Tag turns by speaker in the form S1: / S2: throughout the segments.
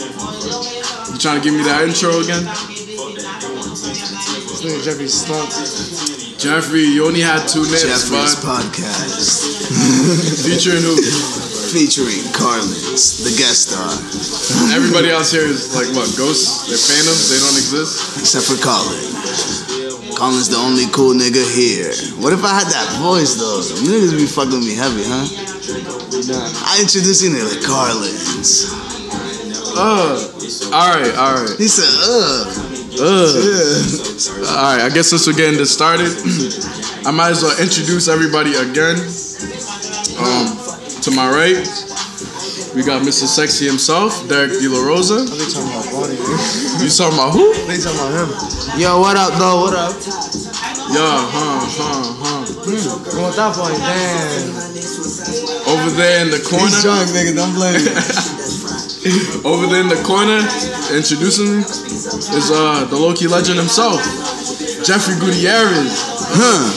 S1: You trying to give me that intro again?
S2: This nigga Jeffrey Slump.
S1: Jeffrey, you only had two names,
S3: Jeffrey's
S1: bud.
S3: podcast
S1: Featuring who?
S3: featuring Carlins, the guest star,
S1: Everybody else here is like what? Ghosts? They're phantoms? They don't exist?
S3: except for Colin. Colin's the only cool nigga here. What if I had that voice though? You niggas be fucking me heavy, huh?
S2: Nah.
S3: I introducing it like Carlins.
S1: Uh. All right, all right.
S3: He said, ugh.
S1: Uh.
S3: Yeah.
S1: All right, I guess since we're getting this started, I might as well introduce everybody again. Um, to my right, we got Mr. Sexy himself, Derek De La Rosa.
S2: They talking about Bonnie, dude.
S1: You talking about who?
S2: They talking about him.
S3: Yo, what up though? What up?
S1: Yeah, huh, huh,
S2: You want that Bonnie? Damn.
S1: huh. Over there in the
S2: He's
S1: corner,
S2: drunk, nigga. Don't blame me.
S1: over there in the corner, introducing me is uh the Loki legend himself, Jeffrey Gutierrez.
S3: Huh?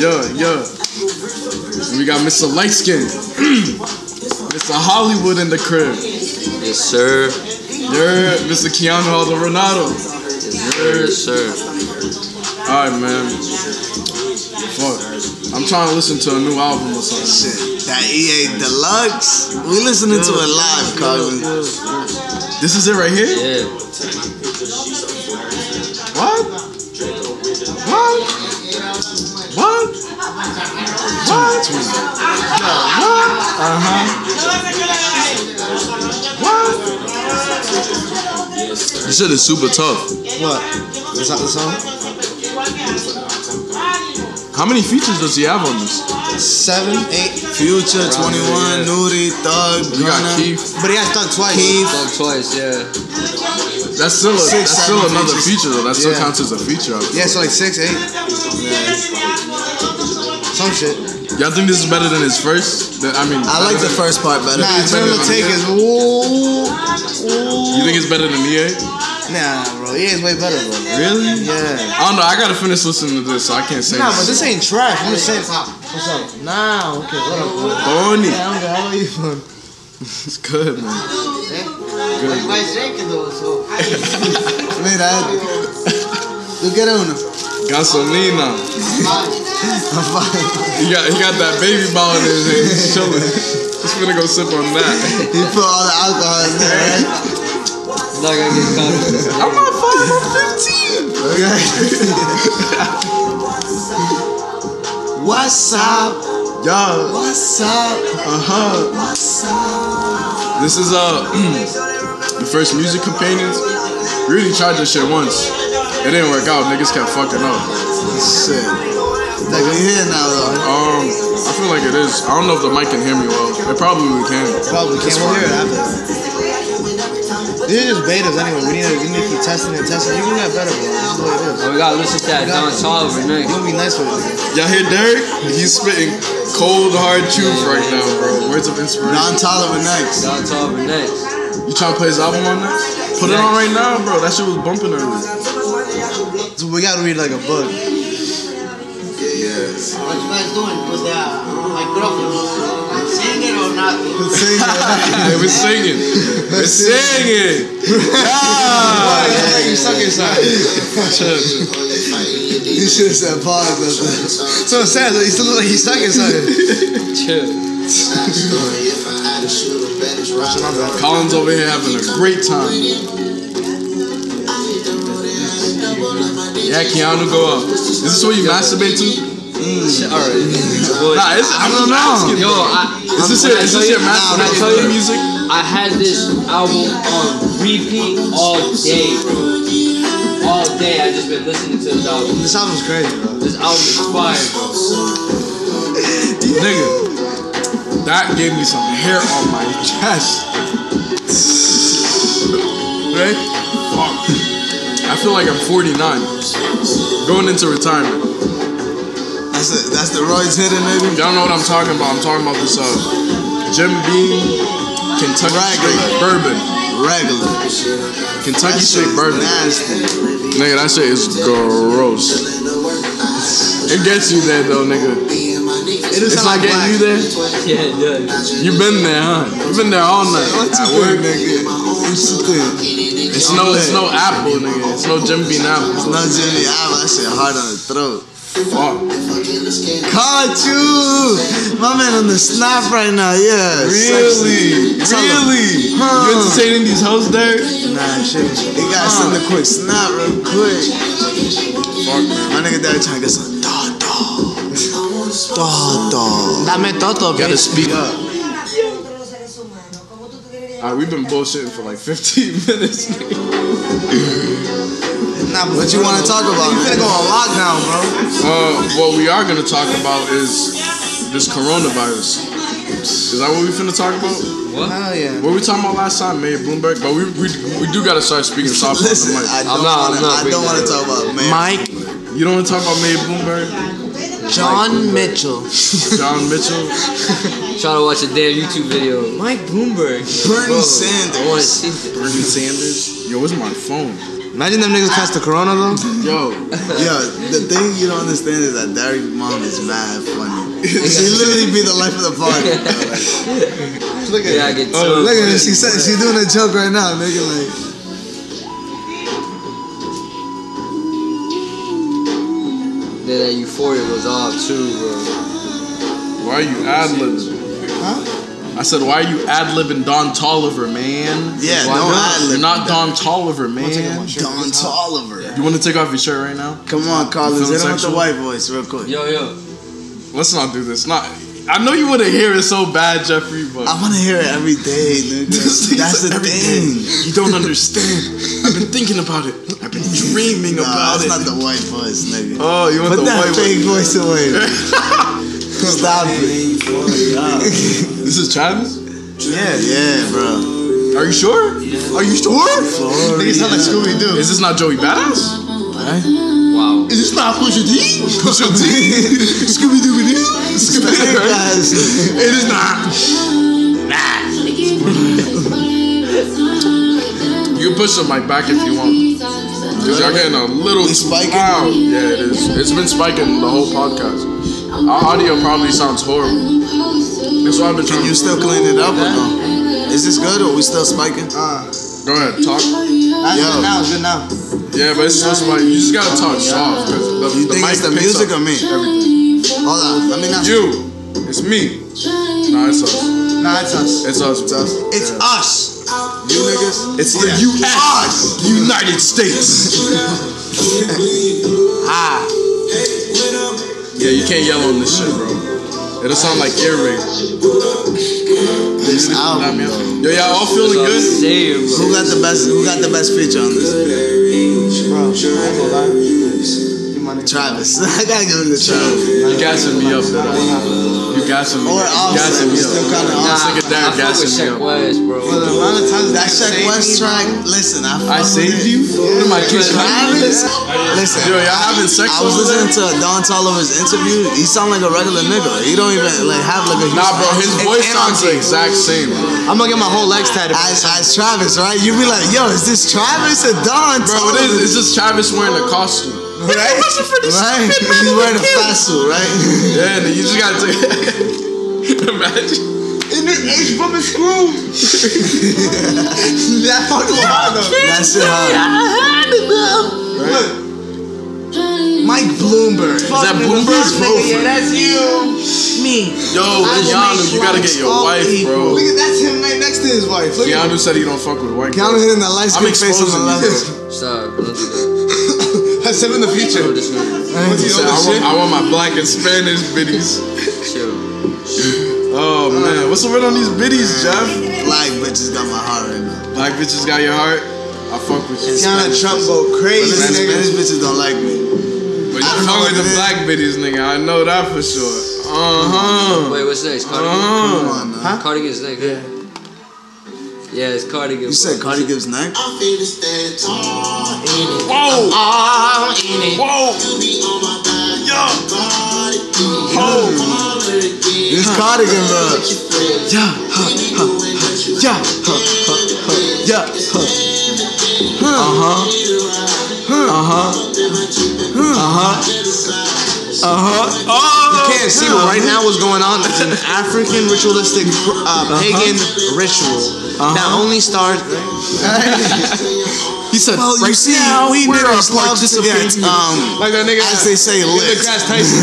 S1: Yeah, yeah. And we got Mr. Lightskin, Mr. Hollywood in the crib.
S4: Yes, sir.
S1: Yeah, Mr. Keanu Aldo
S4: Yes, sir.
S1: All right, man. Fuck. I'm trying to listen to a new album or something.
S3: Shit. That EA Deluxe? We listening to it live, Carlin.
S1: This is it right here.
S4: Yeah.
S1: What? What? What? What? What?
S2: Uh huh.
S1: What?
S4: This shit is super tough.
S2: What? Is that the song?
S1: How many features does he have on this?
S2: Seven, eight.
S3: Future 21, Nudie, Thug,
S1: You got
S3: Gunna,
S1: Keith.
S2: But he has done twice.
S3: Keith.
S4: Fuck twice, yeah.
S1: That's still a, that's
S2: Six,
S1: still
S2: seven
S1: another
S2: features.
S1: feature though. That still
S2: Yeah.
S1: counts as a feature. I
S2: Yeah, so like six, eight. Some shit.
S1: think. Y'all think this is better than his first? That- I mean,
S3: I like the first part better.
S2: Nah, Eternal Take is ooh, ooh.
S1: You think it's better than E EA?
S2: Nah, bro, yeah, it's way better, bro.
S1: Really?
S2: Yeah.
S1: I don't know. I gotta finish listening to this, so I can't say.
S2: Nah,
S1: this.
S2: but this ain't trash. I'm just saying. What's up? Nah, okay, what up, bro?
S1: Bonnie.
S2: Yeah, I'm good. How about you, man?
S1: It's good, man.
S2: Mira, tú quieres uno.
S1: Gasolina.
S2: I'm fine.
S1: He got he got that baby ball in his hand. He's chilling. Just gonna go sip on that.
S2: He put all the alcohol in there, right?
S4: It's not gonna get caught.
S1: I'm not five. I'm fifteen.
S3: What's up?
S1: Y'all.
S3: What's up?
S1: Uh huh. This is uh the first music companions. We really tried this shit once. It didn't work out. Niggas kept fucking up.
S3: Shit. Like we here now though.
S1: Um, I feel like it is. I don't know if the mic can hear me well. It probably can.
S2: Probably can't we'll hear it after. These are just betas anyway. We need to, we need to keep testing and testing. You're gonna get better, bro. This is the way it is.
S4: But we gotta listen to that Don Toliver
S2: You're
S4: next.
S2: gonna be nice with it.
S1: Y'all hear Derek? He's spitting cold hard truth right now, bro. Words of inspiration.
S3: Non tolerant next.
S4: Don Toliver next.
S1: You trying to play his album on that? Put it on right now, bro. That shit was bumping earlier.
S2: So we gotta read like a book.
S3: Yes.
S5: What you guys doing with the microphone? Sing it or nothing?
S2: Sing it.
S1: Hey, we're singing. We're singing.
S2: Why? It's
S1: Yeah.
S2: like you suck inside.
S1: Chill, chill.
S2: You should have said pause. That's that. So sad. He still look like he's stuck inside.
S4: Chill.
S1: Colin's over here having a great time. Yeah, Keanu, go up. Is this what you masturbate to?
S4: Shit, Alright.
S1: Nah, it's, I'm just asking.
S4: Yo, I.
S1: Is this
S4: I'm-
S1: your, is this your
S4: can I tell you- can I tell
S1: masturbation
S4: you,
S1: music?
S4: I had this album on repeat all day, bro. All day, I just been listening to this album.
S2: This album's crazy, bro.
S4: This album is fire, bro.
S1: Nigga, that gave me some hair on my chest. Right? Fuck. I feel like I'm 49, going into retirement.
S3: That's the that's the Roy's hidden maybe.
S1: Y'all know what I'm talking about. I'm talking about this uh, Jim Beam Kentucky Straight
S3: Regular.
S1: Bourbon.
S3: Regular.
S1: Kentucky
S3: That shit
S1: Straight
S3: is
S1: Bourbon.
S3: nasty.
S1: Nigga, that shit is gross. It gets you there though, nigga.
S3: It
S1: It's not getting you there.
S4: Yeah, it does.
S1: You've been there, huh? You've been there all night.
S3: What's
S1: At
S3: good,
S1: work.
S3: nigga? What's good?
S1: It's no, it's no apple, nigga. It's no Jim Beam apple.
S3: No, Jimmy, I have that shit hard on the throat.
S1: Fuck.
S3: Caught you! My man on the snap right now, yeah.
S1: Really?
S3: Tell him.
S1: Really?
S3: Huh.
S1: You entertaining these hoes there?
S3: Nah, shit. You gotta send a quick snap real quick. My nigga there trying to get some dog dog. Dog dog.
S5: Dame Toto,
S1: Gotta
S5: bitch.
S1: speak up.
S6: entre los seres humanos, como tú te quieres
S1: Alright,
S6: llegar.
S1: Ah, we've been bullshitting for like 15 minutes. nigga.
S3: Nah, but what you wanna talk about? You finna go on lockdown, bro.
S1: Uh, what we are gonna talk about is this coronavirus. Is that what we finna talk about?
S3: Hell yeah.
S1: What we talking about last time, Mayor Bloomberg? But we we, we do gotta start speaking soft on
S3: Listen,
S1: the mic.
S3: I
S4: not-
S3: don't
S4: I'm
S3: wanna,
S4: not
S3: I don't
S4: reading
S3: wanna
S4: that.
S3: talk about man.
S5: Mike
S1: You don't want to talk about Mae Bloomberg,
S5: John Mitchell.
S1: John Mitchell.
S4: Trying to watch a damn YouTube video.
S5: Mike Bloomberg.
S3: Bernie
S4: Bro, I want to
S3: Sanders.
S4: see that.
S1: Bernie Sanders. Yo, where's my phone?
S2: Imagine them niggas catch the corona though.
S1: Yo,
S3: Yo, the thing you don't understand is that Dairy Mom is mad funny. she literally be the life of the party. bro. Like,
S2: Look at
S4: Yeah, I
S2: it.
S4: get
S1: Oh,
S4: choked.
S3: Look at her, she said she's doing a joke right now, nigga. Like,
S4: Yeah, that euphoria was off too, bro.
S1: why are you ad libbing?
S3: huh?
S1: I said, why are you ad libbing Don Tolliver, man?
S3: Yeah,
S1: why
S3: don't
S1: not?
S3: ad-lib
S1: You're not Don Tolliver, man.
S3: Don Tolliver.
S1: You want to take off your shirt right now?
S3: Come on, Carlos,
S1: Feeling
S3: hit him with the
S1: sexual?
S3: white voice real quick.
S4: Yo, yo.
S1: Let's not do this. Not. I know you want to hear it so bad, Jeffrey, but
S3: I want to hear it every day, nigga. That's the
S1: Every
S3: thing.
S1: day. You don't understand. I've been thinking about it. I've been dreaming
S3: Nah,
S1: about
S3: it's
S1: it.
S3: not the white voice, nigga.
S1: oh, you want
S3: Put
S1: the
S3: that
S1: white
S3: fake voice away. Stop it.
S1: one? This is Travis.
S3: Yeah, yeah, bro.
S1: Are you sure? Are you sure?
S3: Nigga, sound like Scooby Doo.
S1: Is this not Joey Badass?
S4: Wow.
S3: Is this not Pusha T? Pusha T. Scooby Doo Doo. Scooby Doo. Guys,
S1: It is not. You can push the mic back if you want. Cause y'all getting a little
S3: We
S1: too
S3: spiking?
S1: loud. Yeah, it is. It's been spiking the whole podcast. Our audio probably sounds horrible. That's why I've been trying.
S3: you
S1: to
S3: still clean it up or no? Is this good or we still spiking?
S2: Uh,
S1: Go ahead, talk.
S2: that's
S3: Yo.
S2: good now. It's good now.
S1: Yeah, but it's just like you just gotta talk soft. 'cause the,
S3: You
S1: the
S3: think
S1: mic
S3: it's the
S1: picks
S3: music
S1: up
S3: or me?
S1: everything.
S3: Hold on, let me not.
S1: You, it's me. Nah, it's us.
S2: Nah, it's us.
S1: It's us. It's us.
S2: It's us.
S3: You niggas?
S1: It's the U.S. United States.
S2: Ah.
S1: Yeah, you can't yell on this shit, bro. It'll sound like ear rape.
S3: This album. though.
S1: Yo, y'all all feeling
S4: I'm
S1: good?
S4: saying, bro.
S3: Who got the best? Who got the best feature on this?
S2: Bro, I ain't gonna lie. You my nigga.
S3: Travis. I gotta give it to Travis.
S1: You gassing me up, bro. You gassing me
S3: Or
S1: up. You gassing
S3: Offset.
S1: me
S3: we
S1: up.
S3: Still kind
S1: Nah,
S3: of Offset.
S1: Look at that
S4: I fuck with
S1: gassing me
S4: Check
S1: up.
S4: West,
S2: For the
S4: bro.
S2: amount of times
S3: That Check West
S2: track.
S3: track. Listen, I.
S1: I
S3: fuck with
S1: saved
S3: it.
S1: you? What am I, Chris
S3: Travis.
S1: Travis?
S3: Listen.
S1: Yo, y'all having sex
S3: I
S1: over
S3: was
S1: there?
S3: listening to Don Tolliver's interview. He sound like a regular nigga. He don't even like have like a.
S1: Nah, bro, his
S3: Houston-
S1: voice sounds the exact same. Bro,
S2: I'm gonna get my whole legs tatted.
S3: As, as Travis, right? You be like, yo, is this Travis or Don?
S1: it
S3: Tolliver?
S1: is. It's just Travis wearing a costume.
S3: right? right? He's wearing a fastsuit, right?
S1: Yeah, and you just gotta take. Imagine.
S2: H from his screw. that fucking hard though.
S3: That's it. Huh?
S2: Mike Bloomberg. Is
S1: that Bloomberg?
S2: Yeah, that's you. Me.
S1: Yo, Keanu, you gotta get your wife, bro.
S2: Look at that's him right next to his wife. Look at
S1: Keanu said he don't fuck with white
S3: Y'all
S1: girls.
S3: hitting that light
S1: I'm
S3: skin face on
S1: exposing
S3: the
S1: you.
S3: left.
S4: Stop. Don't do
S2: that's him in the
S4: that. Bro,
S2: future.
S4: this nigga.
S2: What's
S1: He
S2: he
S1: said, I,
S2: on the
S1: want,
S2: shit?
S1: I want my black and Spanish biddies.
S4: Chill.
S1: Oh man, what's the word on these biddies, Jeff?
S3: Black bitches got my heart right now.
S1: Black bitches got your heart. I fuck with you.
S2: Donald Trump go
S3: But
S2: crazy,
S3: listen, Spanish
S2: nigga.
S3: bitches don't like me.
S1: But you
S3: I don't know
S1: fuck with
S3: what
S1: the
S3: it is.
S1: black bitties, nigga. I know that for sure. Uh huh.
S4: Wait, what's next? Cardigan?
S3: Come
S1: Uh huh.
S3: on, now.
S4: Cardigan's next. Yeah. Yeah, it's cardigan.
S3: You said Cardi Gibbs next?
S1: Whoa. Whoa. Yo.
S3: This cardigan, bro.
S1: Yeah. Huh.
S3: Yeah. huh, huh, huh, Yeah. huh.
S1: Uh
S3: Uh-huh. Uh-huh. Uh-huh. You can't see, but right now what's going on is an
S2: African ritualistic uh, pagan ritual that
S3: Uh-huh.
S2: only starts.
S1: He said,
S3: Well, you
S1: right
S3: see
S1: now,
S3: how he
S1: we're
S3: niggas love to get,
S1: participating.
S3: um,
S1: like that nigga
S3: as they say,
S1: Like
S3: lit.
S1: Grass Tyson.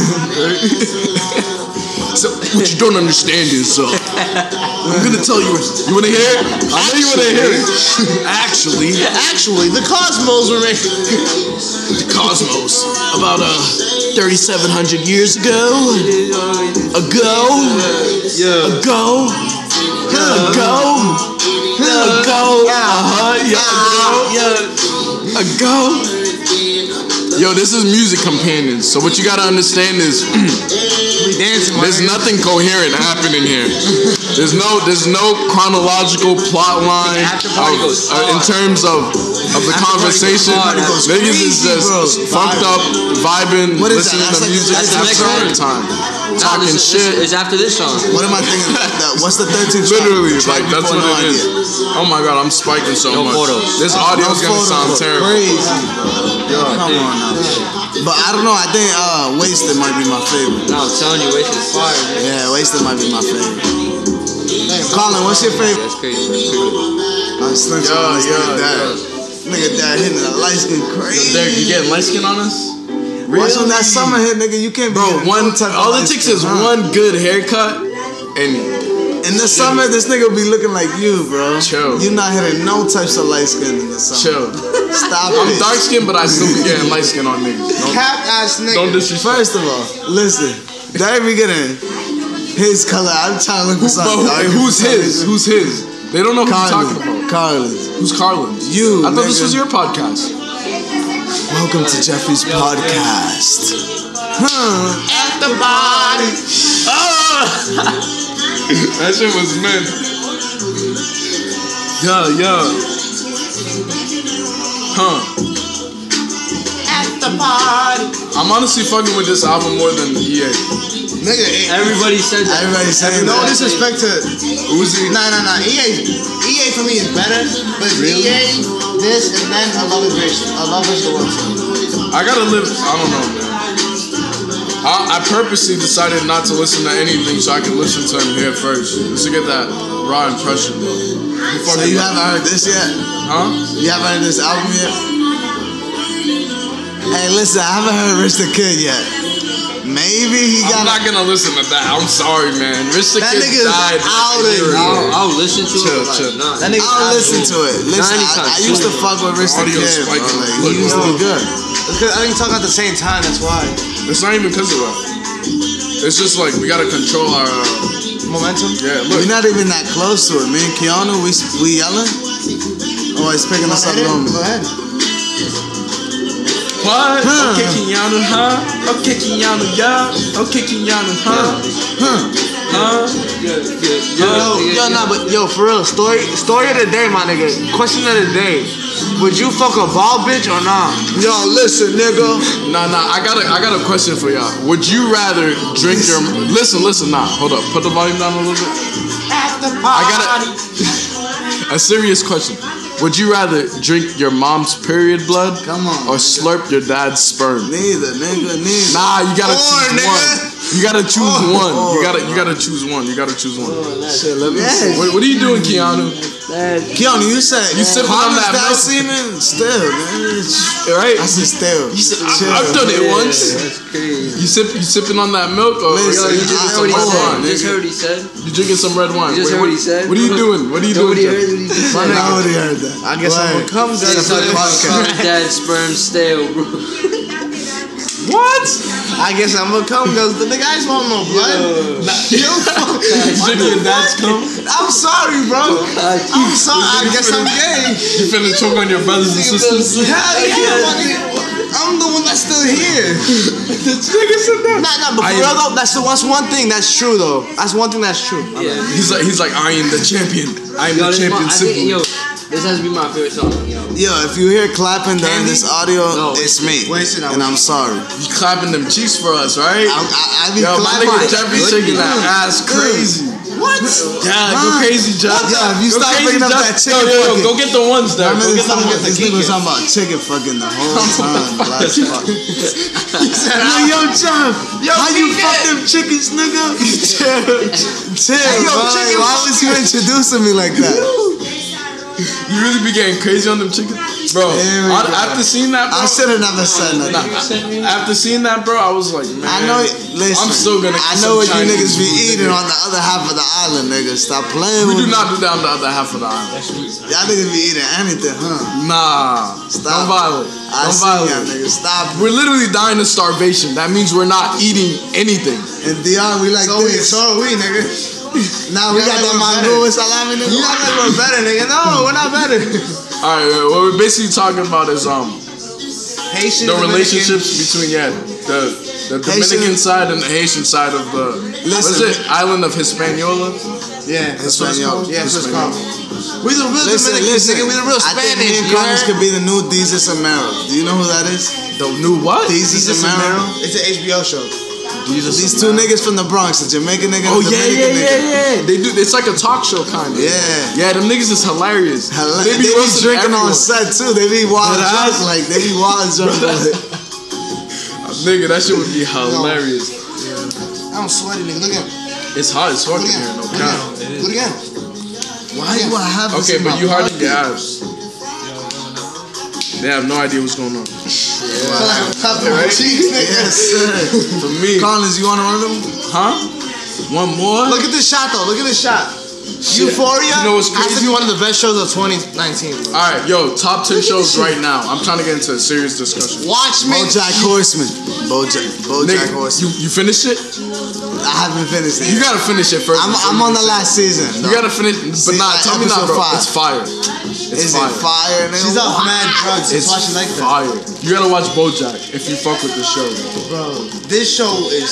S1: so, what you don't understand is, uh, I'm gonna tell you. You wanna hear it? I know you wanna hear it. Actually,
S2: Actually, the cosmos were made.
S1: the cosmos about uh 3,700 years ago, ago,
S3: Yeah.
S1: ago, ago, ago, uh-huh, yeah, ago. a go. Yo, this is music companions. So what you gotta understand is
S2: We dancing.
S1: there's nothing coherent happening here. There's no there's no chronological plot line
S4: After
S1: of,
S4: party goes
S1: uh, in terms of of the conversation.
S4: hard.
S3: goes
S1: Niggas is
S3: crazy,
S1: just
S3: bro.
S1: fucked up, vibing,
S3: What is that?
S1: listening
S3: That's
S1: to
S3: like-
S1: music,
S3: that's
S4: the
S1: having a
S4: next one?
S1: good time,
S4: Nah,
S1: talking
S4: this- this-
S1: shit.
S4: It's after this song.
S3: What am I thinking? That, what's the 13th track?
S1: Literally,
S3: Track
S1: like that's
S3: before,
S1: what
S3: no
S1: it
S3: idea.
S1: is. Oh my god, I'm spiking so
S4: No
S1: much.
S4: photos.
S1: This audio's gonna
S3: Photos
S1: sound
S3: look
S1: terrible.
S3: Crazy, bro. come on now. But I don't know. I think uh, Wasted might be my favorite.
S4: No, I'm telling you, Wish is fire.
S3: Yeah, Wasted might be my favorite. Colin, what's your favorite?
S4: That's crazy.
S3: Uh, Slim
S1: Yeah,
S3: Slim,
S1: yeah,
S3: nigga died. Nigga died hitting the light skin crazy.
S1: Derek, you getting light skin on us?
S3: Watch on that summer hit, nigga. You can't be
S1: Bro,
S3: getting no
S1: one
S3: type of
S1: all it
S3: light
S1: takes
S3: skin,
S1: is
S3: huh?
S1: one good haircut and
S3: In the summer, this nigga be looking like you, bro.
S1: Chill.
S3: You not hitting no types of light skin in the summer.
S1: chill.
S3: Stop
S1: I'm
S3: it.
S1: dark skinned, but I still be getting light skin on niggas. Don't,
S2: Cap ass nigga.
S1: don't disrespect.
S3: First of all, listen. That be getting his color. I'm trying to look for
S1: Who, bro,
S3: something. darker.
S1: and who's his? Who's his? They don't know who you're talking
S3: Carlin.
S1: about.
S3: Carlin.
S1: Who's Carlin's?
S3: You,
S1: I thought this
S3: nigga.
S1: was your podcast.
S3: Welcome to Jeffrey's podcast. Huh.
S1: Ah. That shit was meant. Yeah, yeah. Huh. I'm honestly fucking with this album more than E EA.
S2: Nigga, eh,
S4: Everybody said that.
S3: Everybody saying
S2: no
S3: that.
S2: disrespect to
S1: Uzi.
S2: Nah, nah, E nah. EA, EA for me is better, but
S1: Really?
S2: EA, this, and then I love it. Grace. I love is the one song.
S1: I gotta live. I don't know, man. I, I purposely decided not to listen to anything so I can listen to him here first, just to get that raw impression.
S3: So you haven't heard this yet?
S1: Huh?
S3: You haven't heard this album yet? Hey, listen, I haven't heard Rich the Kid yet. Maybe he
S1: I'm
S3: got.
S1: not gonna listen to that. I'm sorry, man. Rich the
S3: That
S1: Kid
S3: nigga is
S1: died. like,
S3: out
S1: a
S3: of
S1: year ago.
S3: here.
S4: I'll, I'll listen to
S1: Chill,
S4: it. but,
S1: chill.
S4: Nah,
S3: that nigga I'll listen to it. Listen,
S4: Nah,
S3: I, I used to fuck with Rich the
S1: Audio
S3: Kid, bro.
S1: spiking.
S3: Like,
S1: Look,
S3: he used to
S1: look.
S3: be good.
S2: It's 'cause I didn't talk at the same time, that's why.
S1: It's not even because of that. It's just like we gotta control our. Uh,
S2: Momentum?
S1: yeah,
S3: We're
S1: look.
S3: not even that close to it. Me and Keanu, we we yelling. Oh, he's picking us up
S2: Edit?
S3: normal.
S2: Go ahead.
S1: What?
S3: Huh.
S1: Okay, Keanu, huh? Okay, Keanu, yeah. Okay, Keanu, huh?
S3: Huh?
S1: Huh?
S4: Yeah, yeah,
S2: Yo,
S4: yeah,
S2: yo,
S4: yeah.
S2: nah, but yo, for real, story, story of the day, my nigga. Question of the day: Would you fuck a ball bitch or not?
S3: Yo, listen, nigga.
S1: Nah, nah. I got a, I got a question for y'all. Would you rather drink your? Listen, listen. Nah, hold up. Put the volume down a little bit. I got a, a serious question. Would you rather drink your mom's period blood?
S3: Come on,
S1: Or
S3: nigga.
S1: slurp your dad's sperm?
S3: Neither, nigga, neither.
S1: Nah, you gotta
S3: Or,
S1: choose
S3: nigga.
S1: one.
S3: Oh,
S1: You gotta choose
S3: Or.
S1: one. You gotta you gotta choose one. You gotta choose one.
S3: Shit, let me see.
S1: What, what are you doing, Keanu?
S3: Keanu, you said
S1: You sipping on
S3: Condoms
S1: that
S3: without
S1: milk?
S3: semen? Still, man.
S1: Right?
S3: I said still.
S1: You said, I, have done it once.
S4: That's crazy.
S1: You sip you sipping on that milk or
S4: Yo,
S3: Listen,
S1: or
S4: you
S1: you
S3: I
S1: drinking some red
S4: just heard what he said.
S3: know
S1: wine,
S4: You just
S1: nigga?
S4: heard what he said.
S1: You drinking some red wine?
S4: You just
S1: Wait,
S4: heard
S1: what,
S4: what he said.
S1: What are you doing? What are you doing?
S4: Nobody
S1: Jeff?
S4: heard what he said.
S3: I already heard that.
S2: I guess I'm gonna come
S4: They
S2: to
S4: said
S2: the
S4: it was
S2: podcast.
S4: from dead sperm stale, bro.
S1: What?
S2: I guess I'm gonna come because the nigga I just want no blood. Nah, you fuck-
S1: Drinking that's cum?
S2: I'm sorry, bro. I'm sorry. I guess I'm gay.
S1: You finna choke on your brothers and sisters?
S2: Hell yeah, my nigga. I'm the one that's still here. Nah, nah, but
S1: I
S2: for
S1: am-
S2: real though, that's the that's one thing that's true though. That's one thing that's true.
S4: Yeah.
S1: He's like, he's like, I am the champion. I am the
S4: Yo, this
S1: champion.
S4: my, I think, yo,
S1: Simple.
S4: this has to be my favorite song. Yo,
S3: Yo, if you hear clapping during this audio,
S4: No.
S3: it's me.
S2: Wasted
S3: and I'm sorry.
S1: You clapping them cheeks for us, right?
S3: I, I, I be
S1: Yo, my
S3: clapping.
S1: nigga Jeffrey shaking that ass crazy.
S3: Woo! What?
S1: Yeah, go
S3: Huh?
S1: crazy, Josh.
S3: Yeah, if you
S1: Go
S3: stop
S1: crazy,
S3: picking up
S1: Josh.
S3: that
S1: Yo,
S3: chicken
S1: yo, yo,
S3: fucking-
S1: go get the ones,
S3: I
S1: dog. Go
S3: remember
S1: get
S3: this
S1: the
S3: nigga,
S1: ones.
S3: this nigga was talking about chicken fucking the whole time. Last fuck. Yo, yo, John, how you fuck them chickens, nigga? Chill, chill, bro. Why was you introducing me like that?
S1: You really be getting crazy on them chicken, bro.
S3: There we
S1: I-
S3: go.
S1: after seeing that, bro,
S3: I should have never said nothing.
S1: after seeing that, bro, I was like, man,
S3: I know. Listen,
S1: I'm still gonna.
S3: I
S1: eat
S3: know
S1: some
S3: what
S1: Chinese
S3: you niggas be
S1: food,
S3: eating
S1: nigga.
S3: on the other half of the island, nigga. Stop playing
S1: We do
S3: with me.
S1: not do that on the other half of the island.
S3: Y'all niggas be eating anything, huh?
S1: Nah,
S3: Stop.
S1: don't violate.
S3: I
S1: Don't
S3: see y'all
S1: violate.
S3: niggas. Stop.
S1: We're literally dying of starvation. That means we're not eating anything.
S3: And Dion, we like
S2: So we,
S3: this.
S2: so are we, nigga.
S3: Now we
S2: Y'all
S3: got that
S2: like we're
S3: mango
S2: better.
S3: with salami, nigga.
S2: You act like we're better, nigga. No, we're not better.
S1: All right, what we're basically talking about is um
S2: Haitian,
S1: the
S2: Dominican.
S1: relationships between yeah the the
S3: Haitian-
S1: Dominican side and the Haitian side of the what's
S3: Listen.
S1: it island of Hispaniola?
S2: Yeah, that's what it's
S3: Espanol.
S2: called. Yeah, that's what it's
S3: Espanol.
S2: called. We the real
S3: Listen,
S2: Dominicans,
S3: listen.
S2: nigga. We the real
S3: I think me
S2: Spanish.
S3: and
S2: you
S3: Carlos
S2: heard?
S3: could be the new Desus Amaro. Do you know who that is?
S1: The new what?
S3: Desus
S2: Jesus
S3: Amaro.
S2: Amaro. It's an HBO show.
S3: These two niggas from the Bronx, the Jamaican nigga
S1: Oh
S3: and the
S1: yeah, yeah,
S3: Dominican nigga.
S1: yeah, yeah. They do. It's like a talk show kind of.
S3: Yeah.
S1: Yeah, them niggas is hilarious.
S3: Hell, They be,
S1: roasting
S3: drinking
S1: everyone.
S3: on set too. They be wild
S1: But I-
S3: drunk, like they be wild drunk. like,
S1: Nigga, that shit would be hilarious.
S2: I'm sweating, nigga. Look at him.
S1: It's hot as fuck in
S2: Look at
S1: here,
S2: him.
S1: no
S2: Look at
S1: cap.
S2: him. Look at him.
S3: Why you wanna have this
S1: Okay,
S3: in
S1: but
S3: my
S1: you hardly
S3: pocket?
S1: get abs. They have no idea what's going on.
S2: Top of my cheeks, nigga.
S3: Yes, sir.
S1: For me,
S3: Collins, you want one of them?
S1: huh? One more?
S2: Look at this shot, though. Look at this shot. Euphoria
S1: You know what's
S2: has to
S1: crazy?
S2: be one of the best shows of 2019, bro.
S1: All right, yo, top ten shows right now. I'm trying to get into a serious discussion.
S2: Watch me.
S3: BoJack Horseman. BoJack, BoJack
S1: Nigga, you,
S3: Horseman.
S1: you finished it?
S3: I haven't finished it.
S1: You
S3: yet.
S1: gotta finish it first.
S3: I'm, I'm on the last season.
S1: You
S3: though.
S1: gotta finish, but
S3: See,
S1: nah,
S3: like,
S1: tell me not,
S3: episode
S1: bro.
S3: five.
S1: It's fire. It's
S3: Is
S1: fire.
S3: it fire? Nigga?
S2: She's off mad drugs.
S1: It's
S2: That's why she like that.
S1: fire. You gotta watch BoJack if you fuck with this show. bro.
S2: Bro, this show is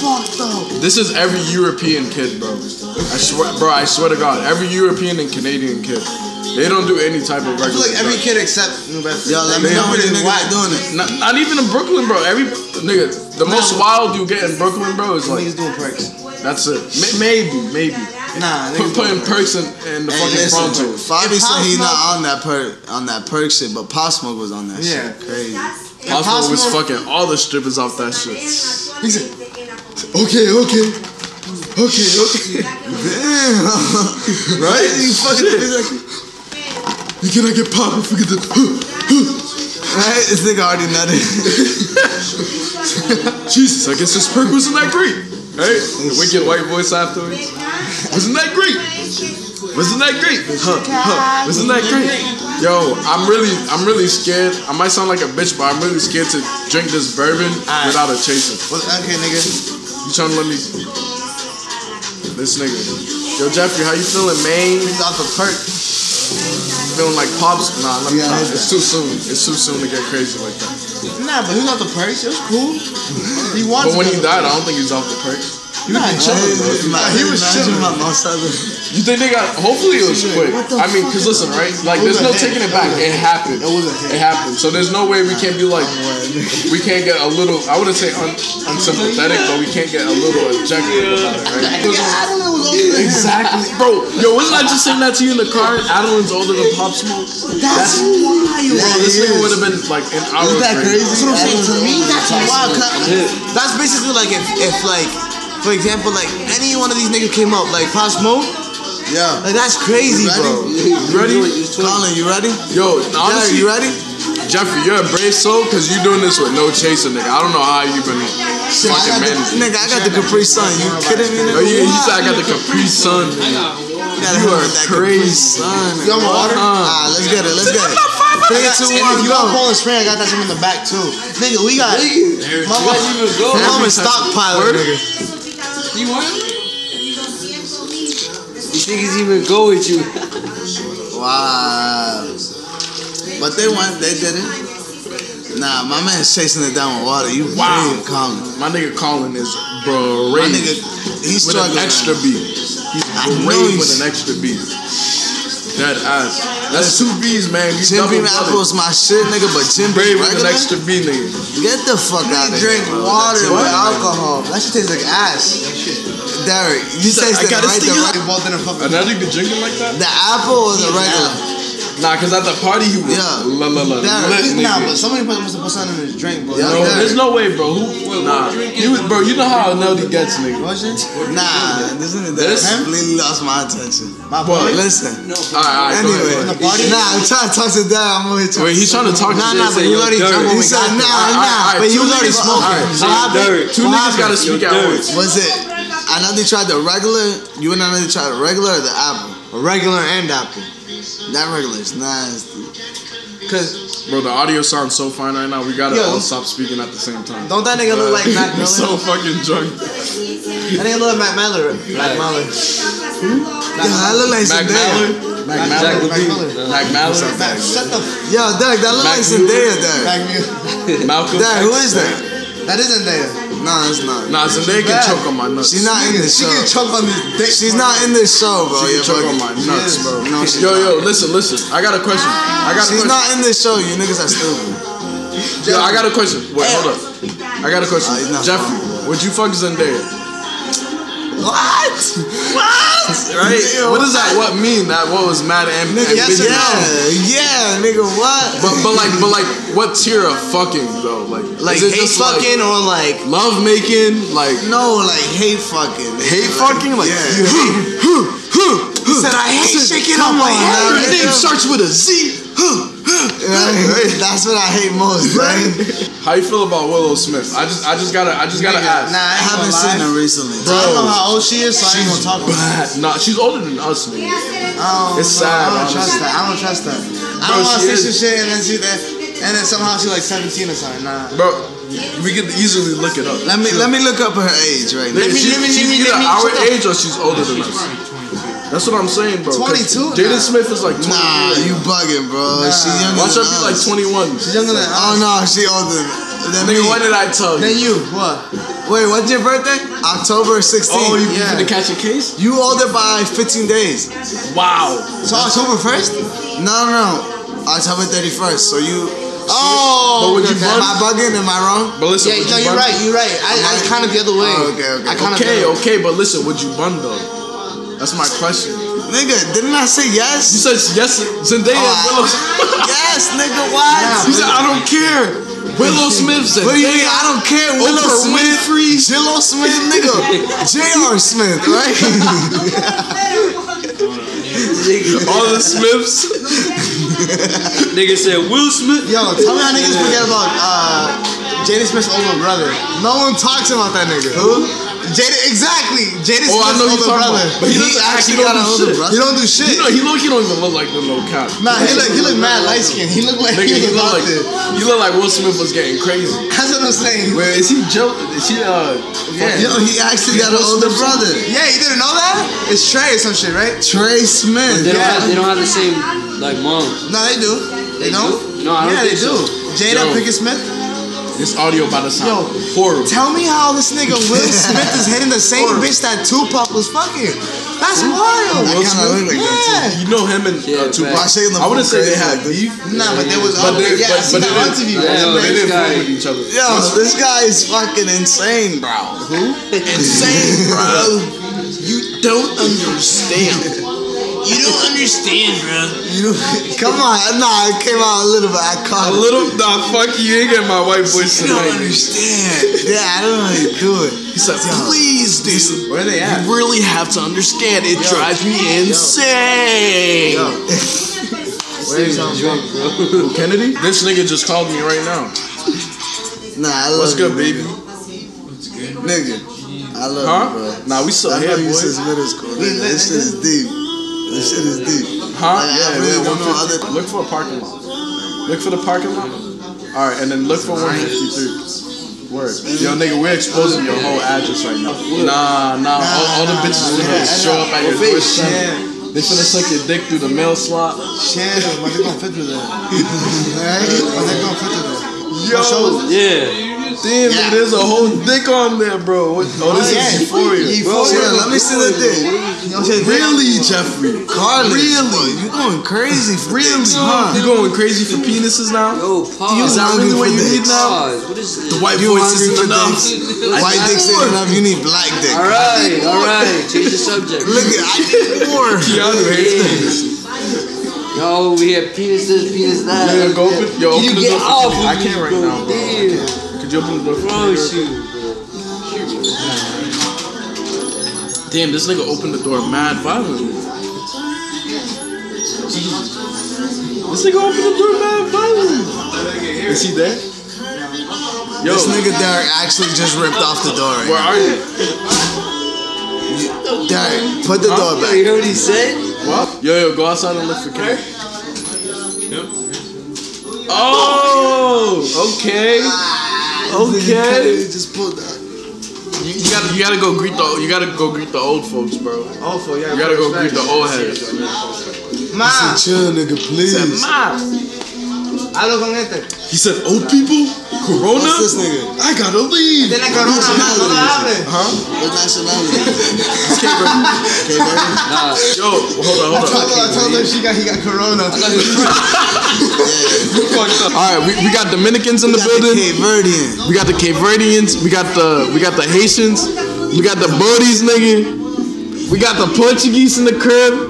S2: fucked up.
S1: This is every European kid, bro. I swear, bro. I swear to God, every European and Canadian kid, they don't do any type of regular.
S2: I feel like every
S1: drugs.
S2: kid except New Bedford.
S3: Yo, let
S2: Like,
S3: me know
S2: nobody
S3: when
S2: is
S3: niggas
S2: whack.
S3: are doing it.
S1: Not, not even in Brooklyn, bro. Every nigga, the most wild you get in Brooklyn, bro, is like
S2: Niggas doing perks.
S1: that's it. Ma- maybe, maybe. Put
S2: Nah, niggas
S1: putting
S2: doing
S1: perks in, in the
S3: Hey,
S1: fucking frontal.
S3: listen, Fabi
S2: If Pop
S3: said he
S2: Smoke-
S3: not on that perk on that perk shit, but Pop Smoke was on that
S2: Yeah.
S3: shit. Crazy.
S1: Pablo was
S2: Impossible-
S1: fucking all the strippers off that shit.
S2: Okay, okay. Okay, okay.
S3: Damn. right? You fucking
S1: You cannot get popped if we get the.
S3: right? This nigga already nutted.
S1: Jesus, I guess this perk wasn't that great. Right? The wicked white voice afterwards. Wasn't that great? Wasn't that great? Huh, huh. Wasn't that great? Yo, I'm really, I'm really scared. I might sound like a bitch, but I'm really scared to drink this bourbon without a chaser.
S2: Well, okay, nigga.
S1: You trying to let me? This nigga. Yo, Jeffrey, how you feeling, man?
S2: He's off the perk.
S1: Feeling like pops? Nah, let me.
S3: Yeah,
S1: nah,
S3: I heard
S1: it's too soon. It's too soon to get crazy like that.
S2: Nah, but he's off the perks. It was cool. He wants
S1: But when
S2: to
S1: he
S2: go.
S1: died, I don't think he's off the perks.
S2: Nah,
S3: Hey,
S2: chill.
S3: my-
S2: He was
S3: imagine
S2: chilling.
S3: my most other-
S1: You think they got? Hopefully it was quick. I mean, cause listen, right? Like, there's no taking it back. It happened.
S2: It was a hit.
S1: It happened. So there's no way we can't be like, we can't get a little. I wouldn't say un, unsympathetic, but we can't get a little objective about it, right?
S2: Adeline was older than him.
S1: Exactly, bro. Yo, wasn't I just saying that to you in the car? Adeline's older than Pop Smoke.
S2: That's wild.
S1: Bro, this nigga would have been like an hour.
S3: Isn't that crazy?
S2: That's what I'm saying. To me, that's wild. 'cause I-
S3: That's basically like if, if like, for example, like any one of these niggas came up, like Pop Smoke,
S2: Yeah.
S3: like that's crazy, bro.
S1: You ready?
S3: Colin, you ready?
S1: Yo,
S3: Yeah,
S1: honestly,
S3: you ready?
S1: Jeffrey, you're a brave soul because you're doing this with no chaser, nigga. I don't know how you been
S3: I
S1: fucking
S3: got the,
S1: managing.
S3: nigga, I got the Capri Sun. You kidding me? Nigga?
S1: Oh, yeah, you
S3: What?
S1: said I got the Capri Sun.
S3: You gotta
S1: you
S3: have
S1: are
S3: that
S1: crazy.
S3: Capri Sun.
S2: You want my water?
S3: Alright, let's get it. Let's get it. Three, two,
S2: And
S3: one,
S2: if you
S3: go.
S2: want Poland Spring, I got that shit in the back too. Nigga, we got. My
S3: My
S2: mom-
S3: mama stockpiling,
S1: Word?
S3: nigga.
S4: You want? These niggas even go with you.
S3: Wow. But they went, they did it. Nah, my man's chasing it down with water. You
S1: Wow.
S3: wow. brave, Colin.
S1: My nigga Colin is
S3: My
S1: brave
S3: nigga, he's
S1: with
S3: struggling.
S1: an extra
S3: man.
S1: B. He's
S3: I know
S1: brave
S3: he's-
S1: with an extra B. Dead ass. That's two B's, man. You
S3: Jim
S1: double
S3: Beam
S1: brothers.
S3: Apple's my shit, nigga, but Jim
S1: Brave
S3: Beam
S1: with an
S3: regular?
S1: extra B, nigga.
S3: Get the fuck out of here.
S2: drink
S3: bro.
S2: water
S3: That's
S2: with
S3: it.
S2: alcohol. That shit tastes like ass.
S3: Derek, you texted
S2: gotta
S3: right
S2: stick
S3: the
S2: it
S3: right both in the fucking.
S1: And now you can drink it like that?
S3: The apple or the regular?
S1: Nah, cause at the party you was
S3: Yeah.
S1: la la la. lit,
S2: Derek,
S1: nigga.
S2: nah, but somebody put- must have put something in his drink, bro.
S3: Yeah,
S1: No,
S2: Like,
S3: Derek.
S1: there's no way, bro. Who? Nah, you was, bro. You know how Nelly gets, nigga.
S2: Was it?
S3: Nah, this nigga Derek
S1: This?
S3: completely lost my attention.
S2: My
S1: What?
S2: boy.
S3: Listen.
S1: All right, all right. go ahead, go
S3: Anyway,
S1: ahead.
S3: nah, I'm trying to talk to Derek. I'm gonna hit you.
S1: Wait, he's trying to talk
S3: Nah,
S1: shit,
S3: nah,
S1: say,
S3: but you
S1: yo,
S3: already
S1: Derek.
S3: drunk when we
S1: He
S3: got
S1: said, nah,
S3: there. Alright,
S1: nah,
S3: alright,
S1: but
S3: two
S1: you already
S3: niggas-
S1: smoking.
S3: alright,
S1: Shit,
S3: what happened?
S1: Derek. Two
S3: What
S1: niggas gotta
S3: happened?
S1: speak at
S3: Yo,
S1: once.
S3: Derek. Was it? Another tried the regular. You and another tried the regular or the apple.
S2: Regular and apple.
S3: That regular is nasty.
S2: Cause
S1: Bro, the audio sounds so fine right now. We gotta
S2: Yo.
S1: all stop speaking at the same time.
S2: don't that nigga look like Mac
S1: We're
S2: Miller?
S1: so fucking drunk.
S2: that nigga look like Mac Miller. Mac Miller.
S3: Yo, that look like
S1: Mac
S3: Zendaya.
S1: Mallard.
S2: Mac
S1: Mac
S2: Miller.
S1: Mallard.
S2: Mac Miller.
S1: Mac Mallard.
S2: Mac, shut the f-
S3: Yo, Derek, that look
S1: Mac
S3: like
S1: Miller.
S3: Zendaya, Derek.
S2: Mac Miller.
S1: Malcolm.
S3: Derek, who is that?
S2: That isn't there.
S3: Nah, it's not.
S1: Nah, Zendaya can
S2: Mac.
S1: choke on my nuts.
S3: She's not in this
S2: She
S3: show.
S2: can choke on this dick.
S3: She's not in this show, bro.
S1: She
S3: You're
S1: can choke on
S3: fucking.
S1: my nuts,
S2: is,
S1: bro.
S3: No, she's
S1: Yo,
S3: not.
S1: yo, listen, listen. I got a question. I got a
S3: She's
S1: question.
S3: not in this show. You niggas are stupid.
S1: Yo, I got a question. Wait, hold up. I got a question.
S3: Uh, he's not
S1: Jeffrey, would you fuck Zendaya?
S3: What? What?
S1: Right? what does that what mean? That what was mad and
S3: Nigga,
S1: ambiguous?
S3: yeah, yeah, nigga, what?
S1: But but like but like what tier of fucking though? Like
S3: like
S1: is it
S3: hate
S1: just
S3: fucking or like
S1: like love making? Like
S3: no, like hate fucking.
S1: hate fucking? Like
S3: yeah.
S1: you hate
S3: He said I hate shaking up. Like,
S1: Your
S3: hell,
S1: name
S3: nigga.
S1: starts with a Z.
S3: Right? That's what I hate most, right?
S1: How you feel about Willow Smith? I just I just gotta I just gotta ask.
S2: Nah, I
S3: I
S2: ain't
S3: haven't
S2: gonna lie.
S3: seen her recently.
S2: I don't know how old she is, so I ain't gonna talk about it.
S1: Bad. Nah, she's older than us, man.
S2: I don't
S1: It's
S2: know.
S1: sad,
S2: I don't
S1: honestly.
S2: trust that. I don't trust that. I don't
S1: Bro,
S2: want
S1: she
S2: to say some
S1: is-
S2: shit and then see that, and then somehow she's like 17 or something. Nah.
S1: Bro, we could easily look it up.
S3: Let me let me look up her age right now.
S1: Nigga, she-
S2: let me-
S1: she's
S2: let me-
S1: either
S2: let me-
S1: our
S2: shut up.
S1: age or she's older than us. That's what I'm saying, bro.
S2: 22?
S1: Jaden
S2: Nah.
S1: Smith is like 20.
S3: Nah, you bugging, bro. She younger
S1: Watch
S3: than
S1: out, be like
S3: us.
S1: 21.
S2: She's younger than
S3: Oh no, she older than me.
S1: Nigga, what did I tell you?
S2: Then you, what?
S3: Wait, what's your birthday? October 16th.
S1: Oh, you
S2: Yeah.
S1: gonna catch a case?
S3: You older by 15 days.
S1: Wow.
S2: So October 1st?
S3: No, no, no. October 31st. So you.
S1: But
S3: Oh!
S1: would you
S3: am
S1: bug-
S3: I bugging? Am I wrong?
S1: But listen,
S2: Yeah,
S1: would
S2: no,
S1: you
S2: you're
S1: bun-
S2: right, you're right. I, I kind of the other way.
S3: Oh, okay, okay.
S2: I kind of
S1: Okay, okay, but listen, would you bun though? That's my question.
S3: Nigga, didn't I say
S1: You
S3: yes?
S1: said yes, Zendaya
S3: Oh,
S1: and Willow.
S3: yes, nigga, what?
S1: you said I don't care. Willow Smith said.
S3: What do you mean? I don't care. Willow
S1: Oprah
S3: Smith,
S1: Winfrey.
S3: Jillo Smith, nigga, J.R. Smith, right?
S1: All the Smiths.
S4: Nigga said Will Smith.
S2: Yo, tell me how niggas forget about uh, Jaden Smith's older brother.
S3: no one talks about that nigga. Who? Jada, exactly. Jada
S1: Oh, I
S3: Smith's
S1: know who
S3: older
S1: you're talking
S3: brother.
S1: about. But he doesn't actually
S3: got an
S1: know
S3: older
S1: shit.
S3: brother. He don't do shit.
S1: You know, he look. He don't even look like the no cap.
S2: Nah, he look, he look mad light skinned. He look like
S1: Nigga,
S2: he
S1: he
S2: was
S1: look
S2: out
S1: like
S2: there.
S1: he look like Will Smith was getting crazy.
S2: That's what I'm saying.
S1: Wait, is he joking? Is he uh?
S3: Yo,
S1: Yeah.
S3: he actually got an
S1: Will
S3: older
S1: Smith's
S3: brother.
S2: Yeah, you didn't know that? It's Trey or some shit, right?
S3: Trey Smith.
S4: They don't,
S2: Yeah.
S4: have, they don't have the same like mom.
S2: No, they do. They,
S4: They
S2: don't?
S4: do? No, I don't
S2: Yeah,
S4: think
S2: they do.
S4: so.
S2: Jada
S1: Yo.
S2: Pickett Smith?
S1: This audio about to sound
S2: Yo.
S1: horrible.
S2: Tell me how this nigga Will Smith is hitting the same bitch that Tupac was fucking. That's wild.
S3: That kinda look like them too.
S2: yeah.
S1: You know him and
S4: Yeah,
S1: uh, Tupac.
S3: Why shaking the
S1: I wouldn't
S3: phone
S1: say they
S3: crazy
S1: had
S3: like this?
S1: beef,
S2: Nah, but there was
S1: but they,
S2: always yeah, I
S1: but,
S2: seen
S1: but
S2: that on
S1: they
S2: TV.
S1: didn't.
S4: Yeah,
S1: Yeah,
S4: but
S1: they
S4: this
S1: didn't fuck
S4: guy-
S1: with each other.
S3: Yo, this guy is fucking insane, bro. Who? Insane, bro.
S1: You don't understand.
S5: You don't understand, bro.
S3: You come on, nah, it came out a little bit. I
S1: A
S3: caught it.
S1: little, nah, fuck you. You ain't getting my white voice
S5: You don't
S1: tonight.
S5: understand.
S3: Yeah, I don't know how you do it.
S1: He said, please, dude.
S2: Where they at?
S1: You really have to understand. It drives me insane.
S2: Where is on drunk, bro?
S1: Who, Kennedy? This nigga just called me right now.
S3: Nah, I love
S1: What's good,
S3: you,
S1: baby?
S3: nigga? I love you, bro.
S1: Huh? Nah, we still
S3: I
S1: here,
S3: know you
S1: boy.
S3: since middle school. Nigga. This shit is deep. This shit is deep.
S1: Huh?
S3: Like, I
S1: yeah,
S3: really
S1: yeah,
S3: don't know
S1: 150.
S3: other-
S1: Look for a parking lot. Look for the parking lot. All right, and then look for 153. Word. Yo, nigga, we're exposing your whole address right now. Nah, nah. all, all the bitches
S2: nah,
S1: finna
S2: nah,
S1: show up at your
S2: nah.
S1: doorstep.
S2: Yeah.
S1: They finna suck your dick through the mail slot.
S2: Shit, what they gonna fit with that? Alright? What they gonna fit with that?
S1: Yo.
S2: Show us.
S4: Yeah. bitches.
S1: Damn,
S3: Yeah.
S1: there's a whole dick on there, bro. What, oh, this
S3: yeah.
S1: is euphoria.
S3: Bro,
S1: Bro,
S3: yeah, let me see the thing.
S1: Really, Jeffrey?
S3: Carly, really? You going crazy? For really,
S1: You
S3: huh?
S1: going crazy for penises now?
S4: Yo,
S1: Is
S4: pause.
S1: that really what
S3: hungry
S1: you
S3: for
S1: need
S3: dicks.
S1: now?
S4: Pause. What is this?
S1: The white
S3: You
S1: voice
S3: hungry
S1: isn't
S3: for
S1: enough.
S3: dicks? White dick ain't enough. You need black dick.
S4: All right, all right. Change the subject.
S3: Look at, I need more.
S1: Keanu hates penises.
S4: Yo, we have penis this, penis that.
S1: Yeah, go open- yo, open
S4: Can you
S1: the
S4: get
S1: door for
S4: off
S1: me.
S4: of
S1: I can't
S4: me,
S1: right
S4: bro?
S1: now, bro. I
S4: Damn.
S1: Could you open the door for
S4: Bro,
S1: me?
S4: Oh, shoot.
S1: Damn, this nigga opened the door mad violently. This nigga opened the door mad violently. Is he there? Yo,
S3: This nigga Derek actually just ripped off the door.
S1: where are you?
S3: Derek, put the
S4: Yo,
S3: door back.
S4: you know what he said?
S1: What? Yo, yo, go outside and look for Kim. Oh, okay. Okay.
S3: Just pulled that.
S1: You, you gotta, you gotta go greet the, you gotta go greet the old folks, bro.
S2: Oh, for yeah.
S1: You gotta go greet the old heads.
S2: Ma,
S3: Chill, nigga, please.
S2: hablo con este.
S1: He said, old people, Corona.
S3: What's this nigga?
S1: I gotta leave.
S2: Tiene corona, ma, no la hables.
S3: What nationality?
S4: Nah,
S1: Yo, hold on, hold on.
S2: I told her she got, he got corona.
S1: All right, we, we got Dominicans in the
S3: Got the
S1: building.
S3: Cape Verdean.
S1: We got the Cape Verdeans. We got the we got the Haitians. We got the Bodhies, nigga. We got the Portuguese in the crib.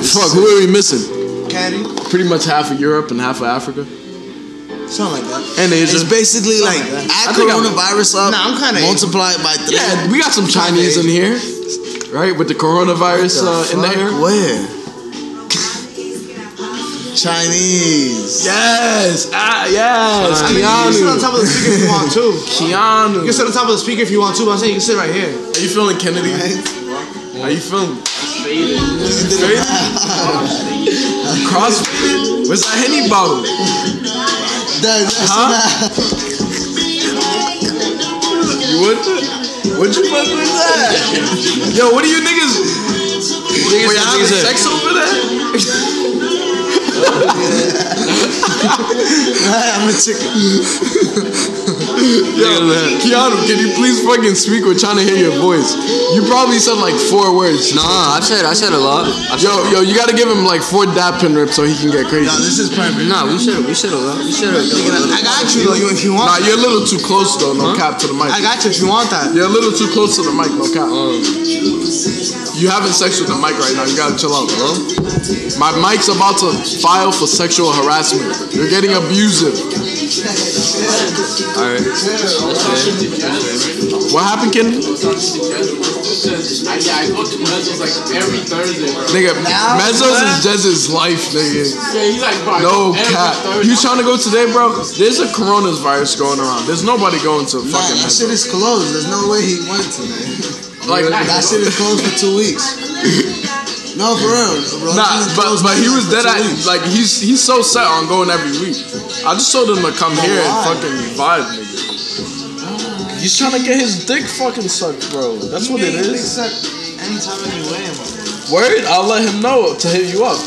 S1: Fuck, who are we missing?
S2: Candy.
S1: Pretty much half of Europe and half of Africa
S3: Something like that.
S1: and Asia.
S3: It's basically like add
S1: I think I'm-
S3: coronavirus up,
S2: Nah, I'm kinda Asian.
S3: multiply it by three.
S1: Yeah, we got some Chinese in here, right? With the coronavirus uh, in the air.
S3: Where? Chinese.
S1: Yes, ah, yes,
S2: I mean, you can sit on
S1: Keanu,
S2: top of the speaker if you want to. You
S1: Keanu.
S2: can sit on top of the speaker if you want to, but I'm saying you can sit right here.
S1: How you feeling, Kennedy? How you feeling? Faded. Cross. Where's that Henny bottle?
S3: That- that's
S1: Huh?
S3: not-
S1: You would? Would you fuck with that? Yo, what are you niggas? Were you having sex over there?
S3: I'm a chicken.
S1: Yo, Keanu, can you please fucking speak? We're trying to hear your voice. You probably said like four words.
S4: nah, I've said, I said a lot. I've said-
S1: Yo, yo, you gotta give him like four dap pin rips so he can get crazy.
S3: Nah, this is perfect.
S4: Nah, we should, we should a lot. We should a
S3: I got you though, you- if you
S1: Nah,
S3: want.
S1: you're a little too close though. No cap to the mic.
S2: I got you if you want that.
S1: You're a little too close to the mic, no cap. you having sex with the mic right now. You gotta chill out, bro. My mic's about to file for sexual harassment. You're getting abusive.
S4: All right.
S1: What happened, Ken?
S5: I, I go to Mezzos like every Thursday, bro.
S1: Nigga, Mezzo's is Jez's life, nigga.
S5: Yeah, he's like, bro, I
S1: No
S5: go every
S1: cap.
S5: Thursday.
S1: You trying to go today, bro? There's a coronavirus going around. There's nobody going to
S3: Nah,
S1: fucking
S3: that
S1: Mezzo.
S3: shit is closed. There's no way he went today.
S1: Like,
S3: That shit is closed for two weeks. No, for real. bro.
S1: Nah,
S3: It's
S1: but
S3: closed
S1: but he
S3: for
S1: was
S3: two
S1: dead at
S3: weeks.
S1: like he's he's so set on going every week. I just told him to come here and fucking vibe, nigga. He's trying to get his dick fucking sucked, bro. That's what it is.
S2: Anytime, anywhere, man.
S1: Word, I'll let him know to hit you up.
S2: Yo,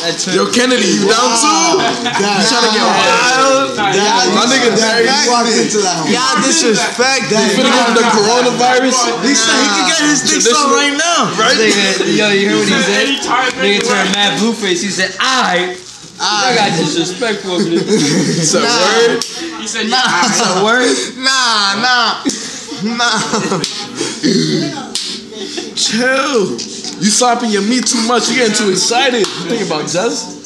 S2: that's
S1: Yo, Kennedy, you down too? You trying to get wild? My nigga, Derek,
S3: He
S1: you
S3: walked into that one.
S2: Y'all disrespect
S1: finna give
S2: that.
S1: him the coronavirus?
S3: He said he could get his dick
S1: Traditional-
S3: sucked right now.
S4: Nigga, yo, you hear what he said?
S5: Anytime,
S4: Nigga
S5: anywhere.
S4: turned mad blue face. He said, I. I got disrespectful. of this.
S1: He said, word.
S5: He said, yeah, I-
S4: That's a word.
S3: Nah, nah, nah.
S1: Chill. You slapping your meat too much. You getting too excited. You think about Jez?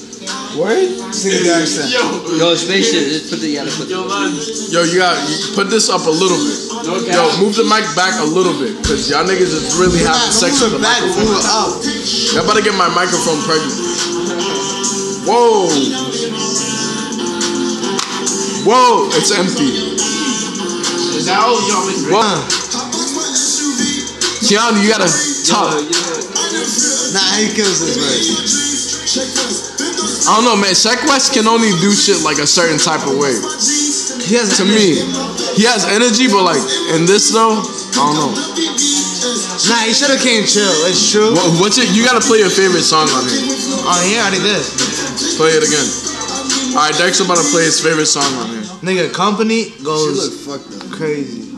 S1: Word?
S3: This nigga Derek said,
S5: yo,
S4: Yo, spaceship. Just put the, you gotta put the.
S5: yo, man.
S1: Yo, you got you put this up a little bit.
S5: No cap.
S1: Yo, move the mic back a little bit, cause y'all niggas is really
S3: Nah,
S1: having sex with
S3: move
S1: the
S3: it back,
S1: microphone.
S3: move it out.
S1: Y'all about to get my microphone pregnant. Whoa. Whoa, it's empty.
S5: Now, y'all been great.
S1: Whoa. Keanu, you gotta talk.
S3: Nah, he kills this verse.
S1: I don't know, man. Shaq West can only do shit like a certain type of way.
S3: He has
S1: To me, he has energy, but like in this though, I don't know.
S3: Nah, he should have came chill. It's true.
S1: What, what's it? You gotta play your favorite song on here.
S3: On here, I did this.
S1: Play it again. All right, Derek's about to play his favorite song on here.
S2: Nigga, company
S3: She
S2: goes
S3: look fucked up.
S2: crazy.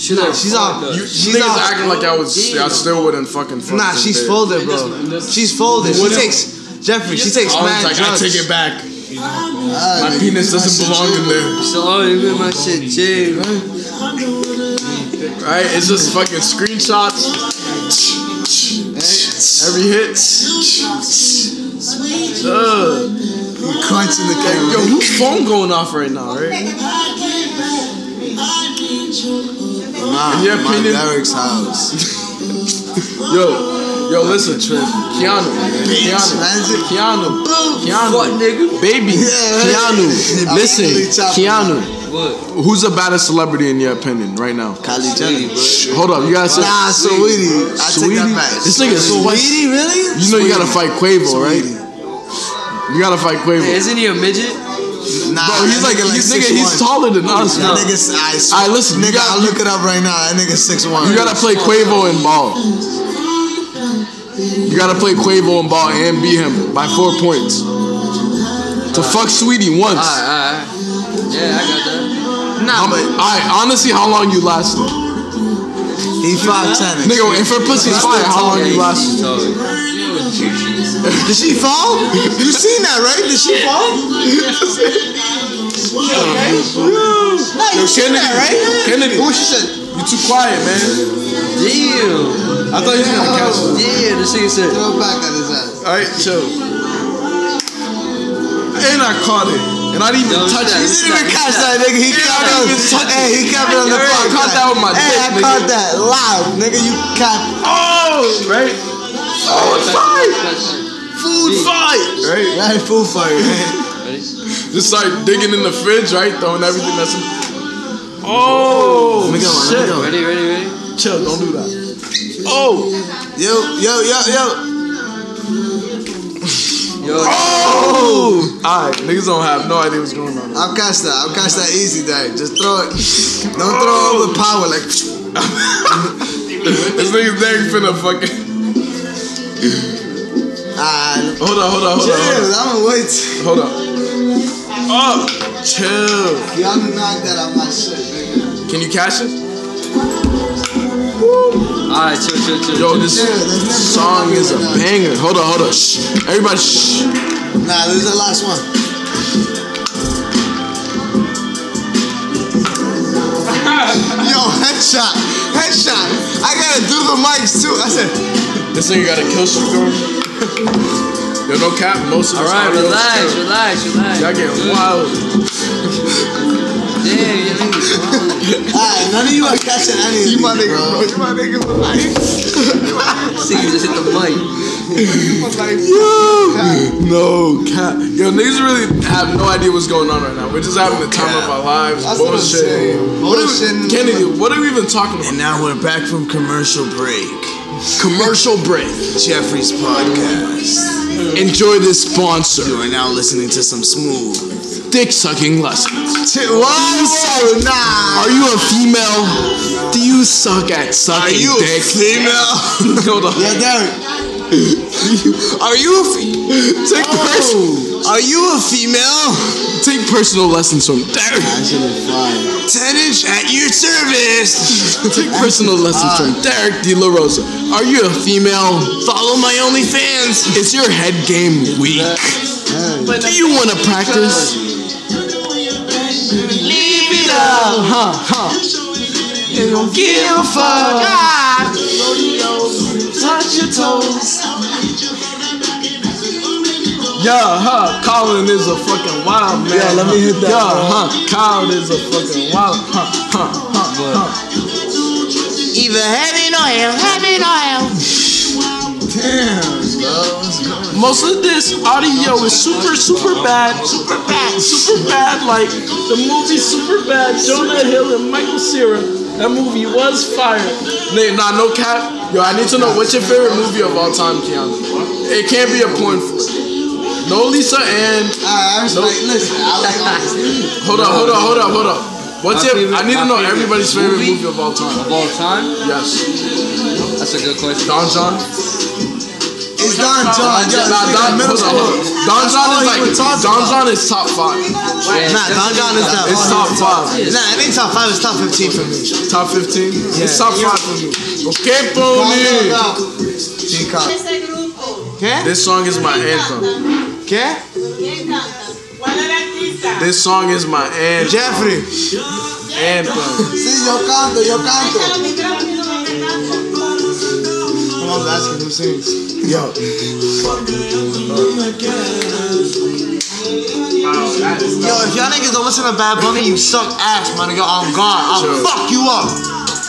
S4: She's not.
S2: She's off.
S1: You, you
S2: She's
S1: niggas
S2: out.
S1: acting like I was. I still wouldn't fucking. Fuck
S2: Nah,
S1: this
S2: she's
S1: bitch.
S2: folded, bro. She's folded. She
S1: What if-
S2: takes Jeffrey. She takes
S1: I was
S2: mad
S1: like,
S2: drugs.
S1: I take it back.
S3: Ah,
S1: My
S3: nigga,
S1: penis
S3: my
S1: doesn't
S3: shit
S1: belong in
S3: jiggled.
S1: there.
S3: So long, you been my
S1: Oh,
S3: shit jig, man.
S1: Right? It's just fucking screenshots. Every hit. Ugh.
S3: Crunching the camera.
S1: Yo, whose phone going off right now, right?
S3: Nah,
S1: In your
S3: my
S1: opinion-
S3: Derek's house.
S1: Yo, yo, listen, Trip. Keanu, Keanu,
S3: Transit.
S1: Keanu, Keanu.
S4: What, nigga?
S1: Baby, Keanu.
S3: I'm
S1: Listen,
S3: really chopping
S1: Keanu.
S4: What?
S1: Who's the baddest celebrity in your opinion right now?
S3: Kylie Jenner, bro.
S1: Hold up, you gotta say.
S3: Nah, Sweetie. I take that back.
S1: This nigga Sweetie.
S3: Sweetie, really?
S1: You know you gotta fight Quavo, right?
S3: Sweetie.
S1: You gotta fight
S4: Hey,
S1: Quavo.
S4: isn't he a midget?
S3: Nah,
S1: Bro, he's
S3: that
S1: like, he's, nigga,
S3: 6'1".
S1: he's taller than us,
S3: That
S1: bro.
S3: nigga's, I
S1: Alright,
S3: swear.
S1: listen, you
S3: nigga,
S1: got-
S3: I'll look it up right now. That nigga's 6'1.
S1: You gotta play Quavo and ball. You gotta play Quavo and ball and beat him by four points. To fuck Sweetie once.
S4: Alright, alright. Yeah, I got that.
S1: How mu- I honestly, how long you lasted?
S3: He 5'10.
S1: Nigga, if her pussy's fire, how long you lasted?
S4: Sorry.
S3: Did she fall? you seen that, right? Did she fall?
S1: Yo, Kennedy, Kennedy,
S3: Oh, she said,
S1: you too quiet, man.
S4: Damn.
S1: I thought you was gonna cancel.
S4: Damn, this nigga said.
S3: throw back at his ass.
S1: All right, chill. And I caught it, and I didn't even
S4: Yo,
S1: touch
S4: shut
S3: He
S1: it.
S4: up.
S3: didn't even catch that, nigga. He
S1: I
S3: caught it.
S1: didn't even touch it.
S3: Hey, he caught it on the
S1: I
S3: podcast.
S1: caught that with my
S3: hey,
S1: dick,
S3: I
S1: nigga.
S3: caught that live, nigga. You caught
S1: Oh, right,
S3: food fight.
S1: right.
S3: Right, food fight, man.
S1: Just like digging in the fridge, right? Throwing everything that's in. Oh,
S3: go, let me
S1: shit.
S3: go.
S4: Ready, ready, ready?
S1: Chill, don't do that. Oh,
S3: Yo, yo, yo, yo.
S4: Yo,
S1: oh. All right, niggas don't have no idea what's going on.
S3: I'll catch that. I'll catch that easy, Derek. Just throw it. Don't throw it with power. Like,
S1: this nigga's there finna fucking.
S3: ah, no.
S1: Hold on, hold on, hold on, hold on.
S3: Cheers, I'ma wait.
S1: Hold on. Oh, chill.
S3: Y'all can knock that out my shit, nigga.
S1: Can you catch it?
S4: alright, chill, chill, chill.
S1: Yo,
S4: chill.
S1: this song is a banger. Hold on, hold on. Shh. Everybody, shh.
S3: Nah, this is the last one. Yo, headshot, headshot. I gotta do the mics too. I said,
S1: This nigga got a kill streak going. Yo, no cap. Most of us
S4: Alright,
S1: audio is
S4: relax,
S1: terrible.
S4: relax, relax.
S1: Y'all getting wild.
S4: Damn, your nigga's wild.
S3: alright, none of you are catching any of these, bro. You my nigga, bro.
S4: This nigga just hit the mic.
S1: Yo, no cap. Yo, niggas really have no idea what's going on right now. We're just having the time of our lives.
S3: That's what I'm
S1: Bullshit.
S3: saying.
S1: What are we,
S3: Bullshitting.
S1: Kennedy, what are we even talking about?
S3: now we're back from commercial break.
S1: Commercial break.
S3: Jeffrey's podcast.
S1: Enjoy this sponsor.
S3: are now listening to some smooth.
S1: Dick sucking lessons.
S3: Whoa, nah.
S1: Are you a female? Do you suck at sucking dick?
S3: female?
S1: Hold on.
S3: Yeah, Derek.
S1: Are you a fe- take pers-
S3: Are you a female?
S1: take personal lessons from Derek?
S3: Tenage at your service.
S1: Take personal lessons from Derek De La Rosa. Are you a female? Follow my OnlyFans. Is your head game weak? Do you want to practice? Leave it up, huh, huh? And don't give a fuck. Touch your toes. Yeah, huh? Colin is a fucking wild man.
S3: Yeah, let me hit that,
S1: Yeah, huh?
S3: bro.
S1: Colin is a fucking wild, huh, huh, huh, huh.
S3: Either heaven or hell. Heaven or hell. Damn, bro.
S1: Most of this audio is super, super bad, super bad, super bad. Like the movie Super Bad, Jonah Hill and Michael Cera. That movie was fire. Nah, nah, no cap. Yo, I need to know what's your favorite movie of all time, Keanu. It can't be a porn flick. No Lisa and
S3: Alright, I respect. Listen, I like honesty.
S1: hold up, hold up, hold up, hold up. What's
S4: My
S1: your? I
S4: favorite-
S1: need to
S4: my
S1: know
S4: favorite
S1: everybody's favorite movie
S4: movie?
S1: of all time.
S4: Of all time?
S1: Yes,
S4: That's a good question.
S1: Don John.
S3: It's Don John. Yeah,
S1: Nah, Don,
S3: middle
S1: hold on,
S3: school.
S1: hold on. Don John
S3: all
S1: is
S3: he
S1: like
S3: would talk
S1: Don
S3: about.
S1: John is top five.
S2: Nah, Don John is not.
S1: It's top five.
S2: Nah, it ain't top five. It's top fifteen for me.
S1: Top fifteen. It's top five for me. Okay, Pony.
S3: Peacock.
S7: Ese grupo.
S2: ¿Qué?
S1: This song is my anthem.
S2: ¿Qué?
S7: ¿Quién canta?
S8: ¿Cuál es el artista?
S1: This song is my anthem.
S2: Jeffrey.
S1: anthem.
S3: See, yo canto, yo canto.
S7: Los micrófonos, ¿verdad?
S2: My mom's asking who sings.
S3: Yo.
S2: Yo, if y'all niggas don't listen to Bad Bunny, you suck ass, my nigga. On God, I'll
S1: Sure.
S2: fuck you up.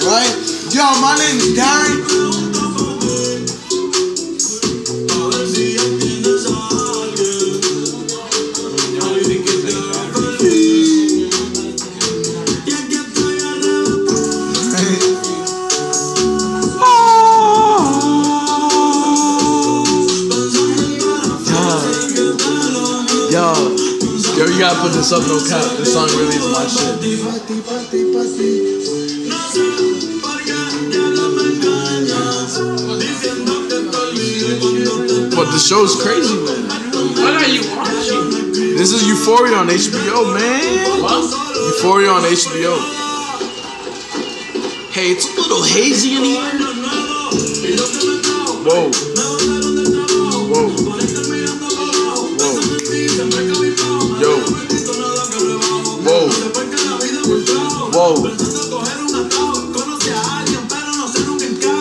S3: Right? Yo, my name's Darren.
S2: Yo,
S1: Yo, you gotta put this up, no cap. This song really is my shit. But the show's crazy, man.
S4: What are you watching?
S1: This is Euphoria on HBO, man. Euphoria on HBO. Hey, it's a little hazy in here. Whoa. Whoa. Whoa. Yo. Whoa. Whoa.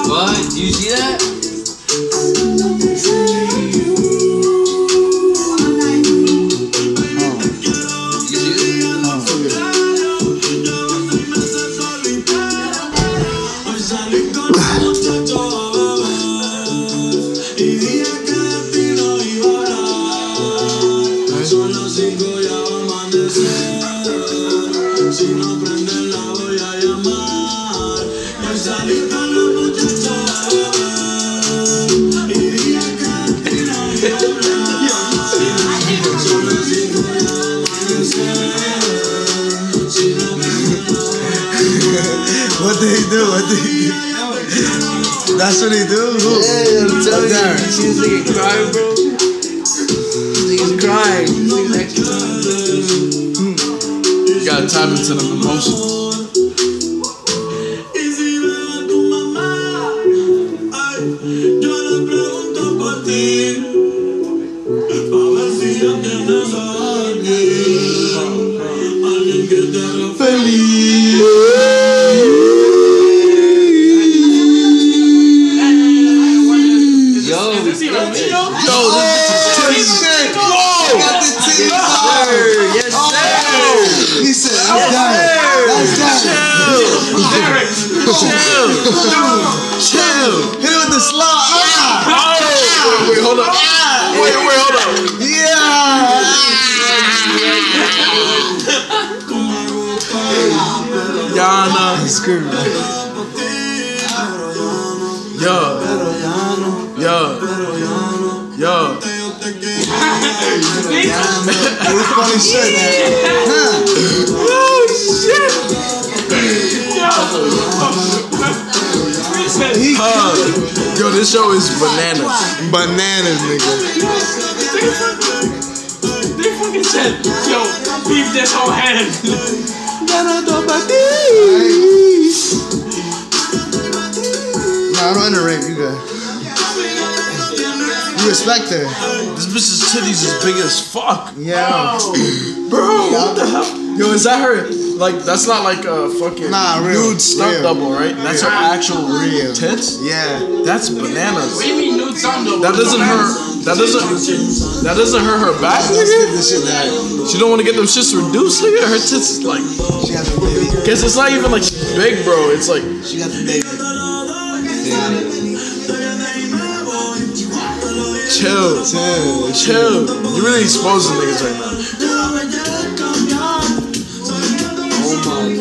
S4: What? Do you see that? You see that?
S3: What did he do? What did he do? That's what he do? Who?
S2: Hey, I'm telling you,
S3: Darren.
S2: this nigga crying, bro. This nigga's crying. This nigga's
S1: You gotta tap into the emotion.
S4: Yo, we still made it.
S3: He said, I'm Darren. That's Darren. Chill. Chill. Hit him with the slot. Ah.
S1: Wait, hold up. Wait, wait, hold up.
S3: Yeah.
S1: Yana.
S3: Screw it.
S1: Yo. Yo. Yo.
S3: It was funny shit, man. Huh.
S1: Uh, yo, this show is bananas.
S3: Bananas, nigga.
S8: They fucking said, yo, beef this whole hand.
S3: Nah, I don't underrate you guys. You respect her.
S1: This bitch's titties is big as fuck.
S3: Yeah.
S1: Bro, what the hell? Yo, is that her? Like, that's not like a fucking
S3: Nah, real.
S1: nude stunt
S3: Real.
S1: double, right? That's her actual
S3: Real.
S1: tits?
S3: Yeah.
S1: That's bananas.
S4: What do you mean nude sound though?
S1: That doesn't hurt. That doesn't. That doesn't hurt her back, nigga.
S3: This shit that
S1: She don't want to get them shits reduced, nigga. Her tits is like,
S2: She got the baby.
S1: cause it's not even like she's big, bro. It's like,
S2: She got the baby.
S1: chill,
S3: Chill.
S1: chill. You really exposing niggas right now.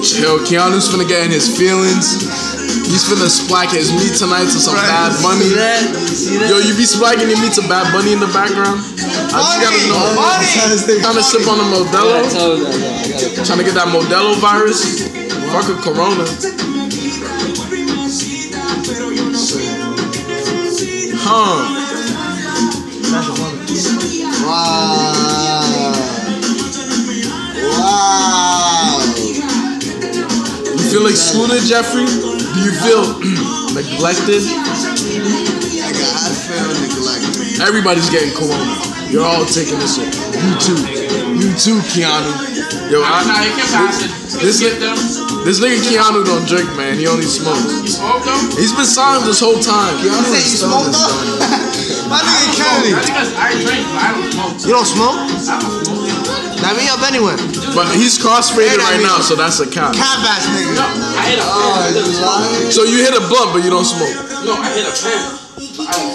S1: Chill. Keanu's finna get in his feelings. He's finna splack his meat tonight to some bad money. Yo, you be splacking your meat to bad bunny in the background. I just gotta know. Trying to sip on a
S4: I
S1: Modelo.
S4: told that, yo. I gotta tell
S1: Trying to get that Modelo virus. Fuck a Corona. Huh.
S3: Wow. Wow.
S1: You feel excluded, Jeffrey? Do you feel neglected?
S3: Nigga, I feel neglected.
S1: Everybody's getting corona. You're all taking this shit. You too. You too, Keanu. Yo,
S8: Nah,
S1: I,
S8: you can pass it.
S1: This-
S8: Just get them.
S1: this nigga Keanu don't drink, man. He only smokes.
S8: You smoke them.
S1: He's been silent this whole time.
S3: You say you smoked up? My nigga
S8: That's
S3: Kennedy.
S8: because I drink, but I don't smoke.
S3: You don't smoke?
S8: I don't smoke.
S3: Now me up anyway.
S1: But he's crossfaded right now, so that's a count.
S3: Cap ass nigga.
S8: I hit a
S3: Oh,
S8: pen.
S3: you lying.
S1: So you hit a blunt, but you don't smoke.
S8: No, I hit a pen.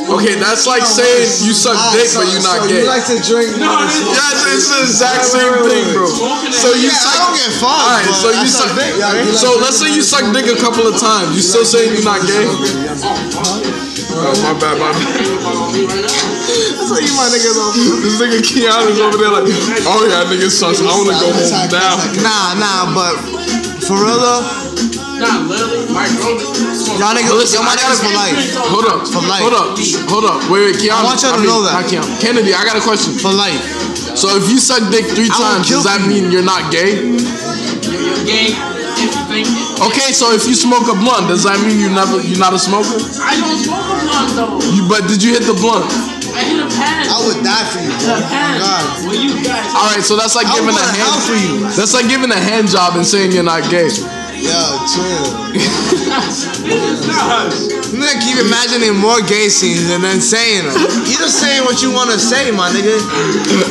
S1: Okay, that's like saying you suck
S3: Alright,
S1: dick, but
S3: so-
S1: you're
S3: so
S1: not
S3: You
S1: gay.
S3: like to drink
S8: No,
S3: more than
S8: it's-
S3: smoke.
S1: Yes, it's the exact same thing, bro.
S8: Smoking
S1: So you
S8: it.
S3: Yeah, I
S1: suck.
S3: don't get fucked.
S1: Alright,
S3: but
S1: so
S3: I
S1: you
S3: suck
S1: suck.
S3: dick, right?
S1: So let's say you suck dick a couple of times. You still saying you're not gay? Oh, my bad, my bad.
S3: That's how you my niggas on.
S1: This nigga Keanu's over there like, oh yeah, nigga sucks. I wanna go home now.
S3: Nah, nah, but for real though,
S8: Nah, literally, my girl smoked.
S3: y'all niggas, y'all my niggas for life.
S1: Hold up,
S3: For life.
S1: hold up, hold up. Wait, wait, Keanu.
S3: I want y'all to know that.
S1: not Keanu. Kennedy, I got a question.
S3: For life.
S1: So if you suck dick three
S3: I will
S1: times,
S3: kill
S1: does that mean you're not gay?
S8: You're, you're gay if you think it.
S1: Okay, so if you smoke a blunt, does that mean you never you're not a smoker?
S8: I don't smoke a blunt though.
S1: You but did you hit the blunt?
S8: I hit a pen.
S3: I would die for you, bro.
S8: A pen.
S3: Oh God.
S8: Well, you guys.
S1: All right, so that's like
S3: I
S1: giving a
S3: wanna help for
S1: hand.
S3: you.
S1: That's like giving a hand job and saying you're not gay.
S3: Yo, chill.
S8: This is not us.
S3: Nigga, keep imagining more gay scenes and then saying them. You just saying what you want to say, my nigga.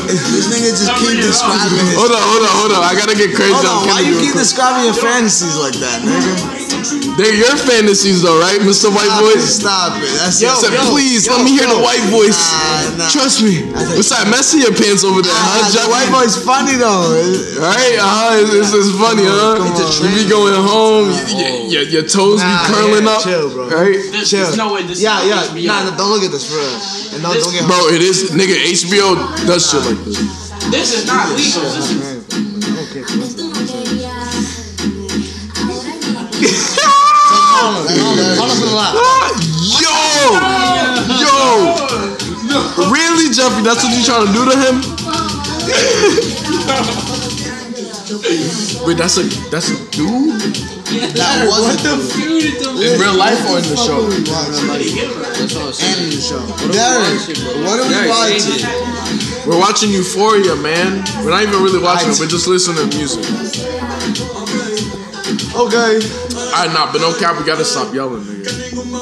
S3: This nigga just keep describing his.
S1: Hold up, hold up, hold up. I gotta get crazy.
S3: Hold on,
S1: on
S3: why
S1: Kennedy
S3: you
S1: real
S3: keep
S1: quick.
S3: describing your fantasies like that, nigga?
S1: They're your fantasies though, right, Mr. White
S3: Stop it,
S1: Voice?
S3: stop it. That's
S1: I said, please let me hear the white voice.
S3: Nah, nah.
S1: Trust me.
S3: I said-
S1: What's that mess in your pants over there, huh?
S3: Ah, the
S1: Jeffy?
S3: white boy's funny though.
S1: All right, uh, it's, it's, it's funny, huh?
S3: Come on, come
S1: you be going home, y- y- your toes
S3: Nah,
S1: be curling
S3: yeah,
S1: up,
S3: chill, bro.
S1: right?
S8: This,
S3: Chill.
S8: There's no way this
S3: Yeah,
S8: is
S3: yeah.
S8: HBO.
S3: Nah, nah, don't look at this for real. And don't, don't get
S1: Bro, it is nigga. HBO does shit like this.
S8: This is not legal. This is
S3: Hold on, hold on, hold on for the lot.
S1: Ah, yo, yo, really, Jeffrey? That's what you trying to do to him? Wait, that's a that's a dude
S3: That wasn't the
S1: in real life or in the show?
S3: end of the show. Derek, what are we watching?
S1: We're watching Euphoria, man. We're not even really watching it.
S3: Right.
S1: We're just listening to music.
S3: Okay.
S1: All right, nah, but no cap, we gotta stop yelling, nigga.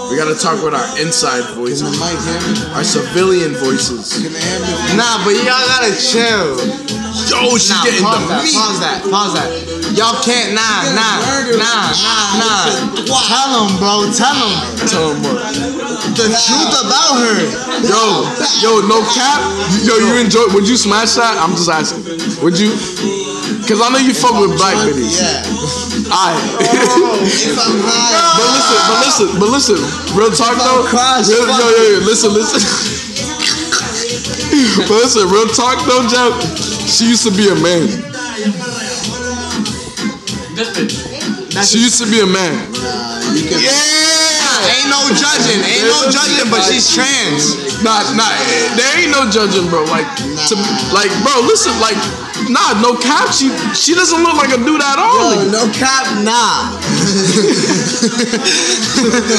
S1: We gotta talk with our inside
S3: Can the
S1: voices,
S3: mic hear me?
S1: our civilian voices.
S3: Can the hand me? Nah, but y'all gotta chill.
S1: Yo, she
S3: Nah,
S1: getting
S3: pause
S1: the
S3: that,
S1: meat.
S3: pause that, pause that. Y'all can't, nah, nah, nah, nah, nah. Tell him, bro, tell him
S1: Tell 'em what.
S3: the truth about her.
S1: Yo, yo, no cap. Yo, you enjoy? Would you smash that? I'm just asking. Would you? Cause I know you fuck with black bitties.
S3: Yeah.
S1: Alright.
S3: If I'm high.
S1: But listen, but listen, but listen. Real talk though.
S3: Crash,
S1: Real, yo,
S3: fuck
S1: yo, yo, listen, listen. but listen, real talk though, Jeff. She used to be a man.
S8: this bitch.
S1: She used to be a man.
S3: Yeah. Ain't no judging, ain't no judging, but she's trans.
S1: Nah, nah, eh, there ain't no judging, bro. Like, to, like, bro, listen, like, nah, no cap. She, she doesn't look like a dude at all.
S3: Oh,
S1: nigga.
S3: no cap, nah.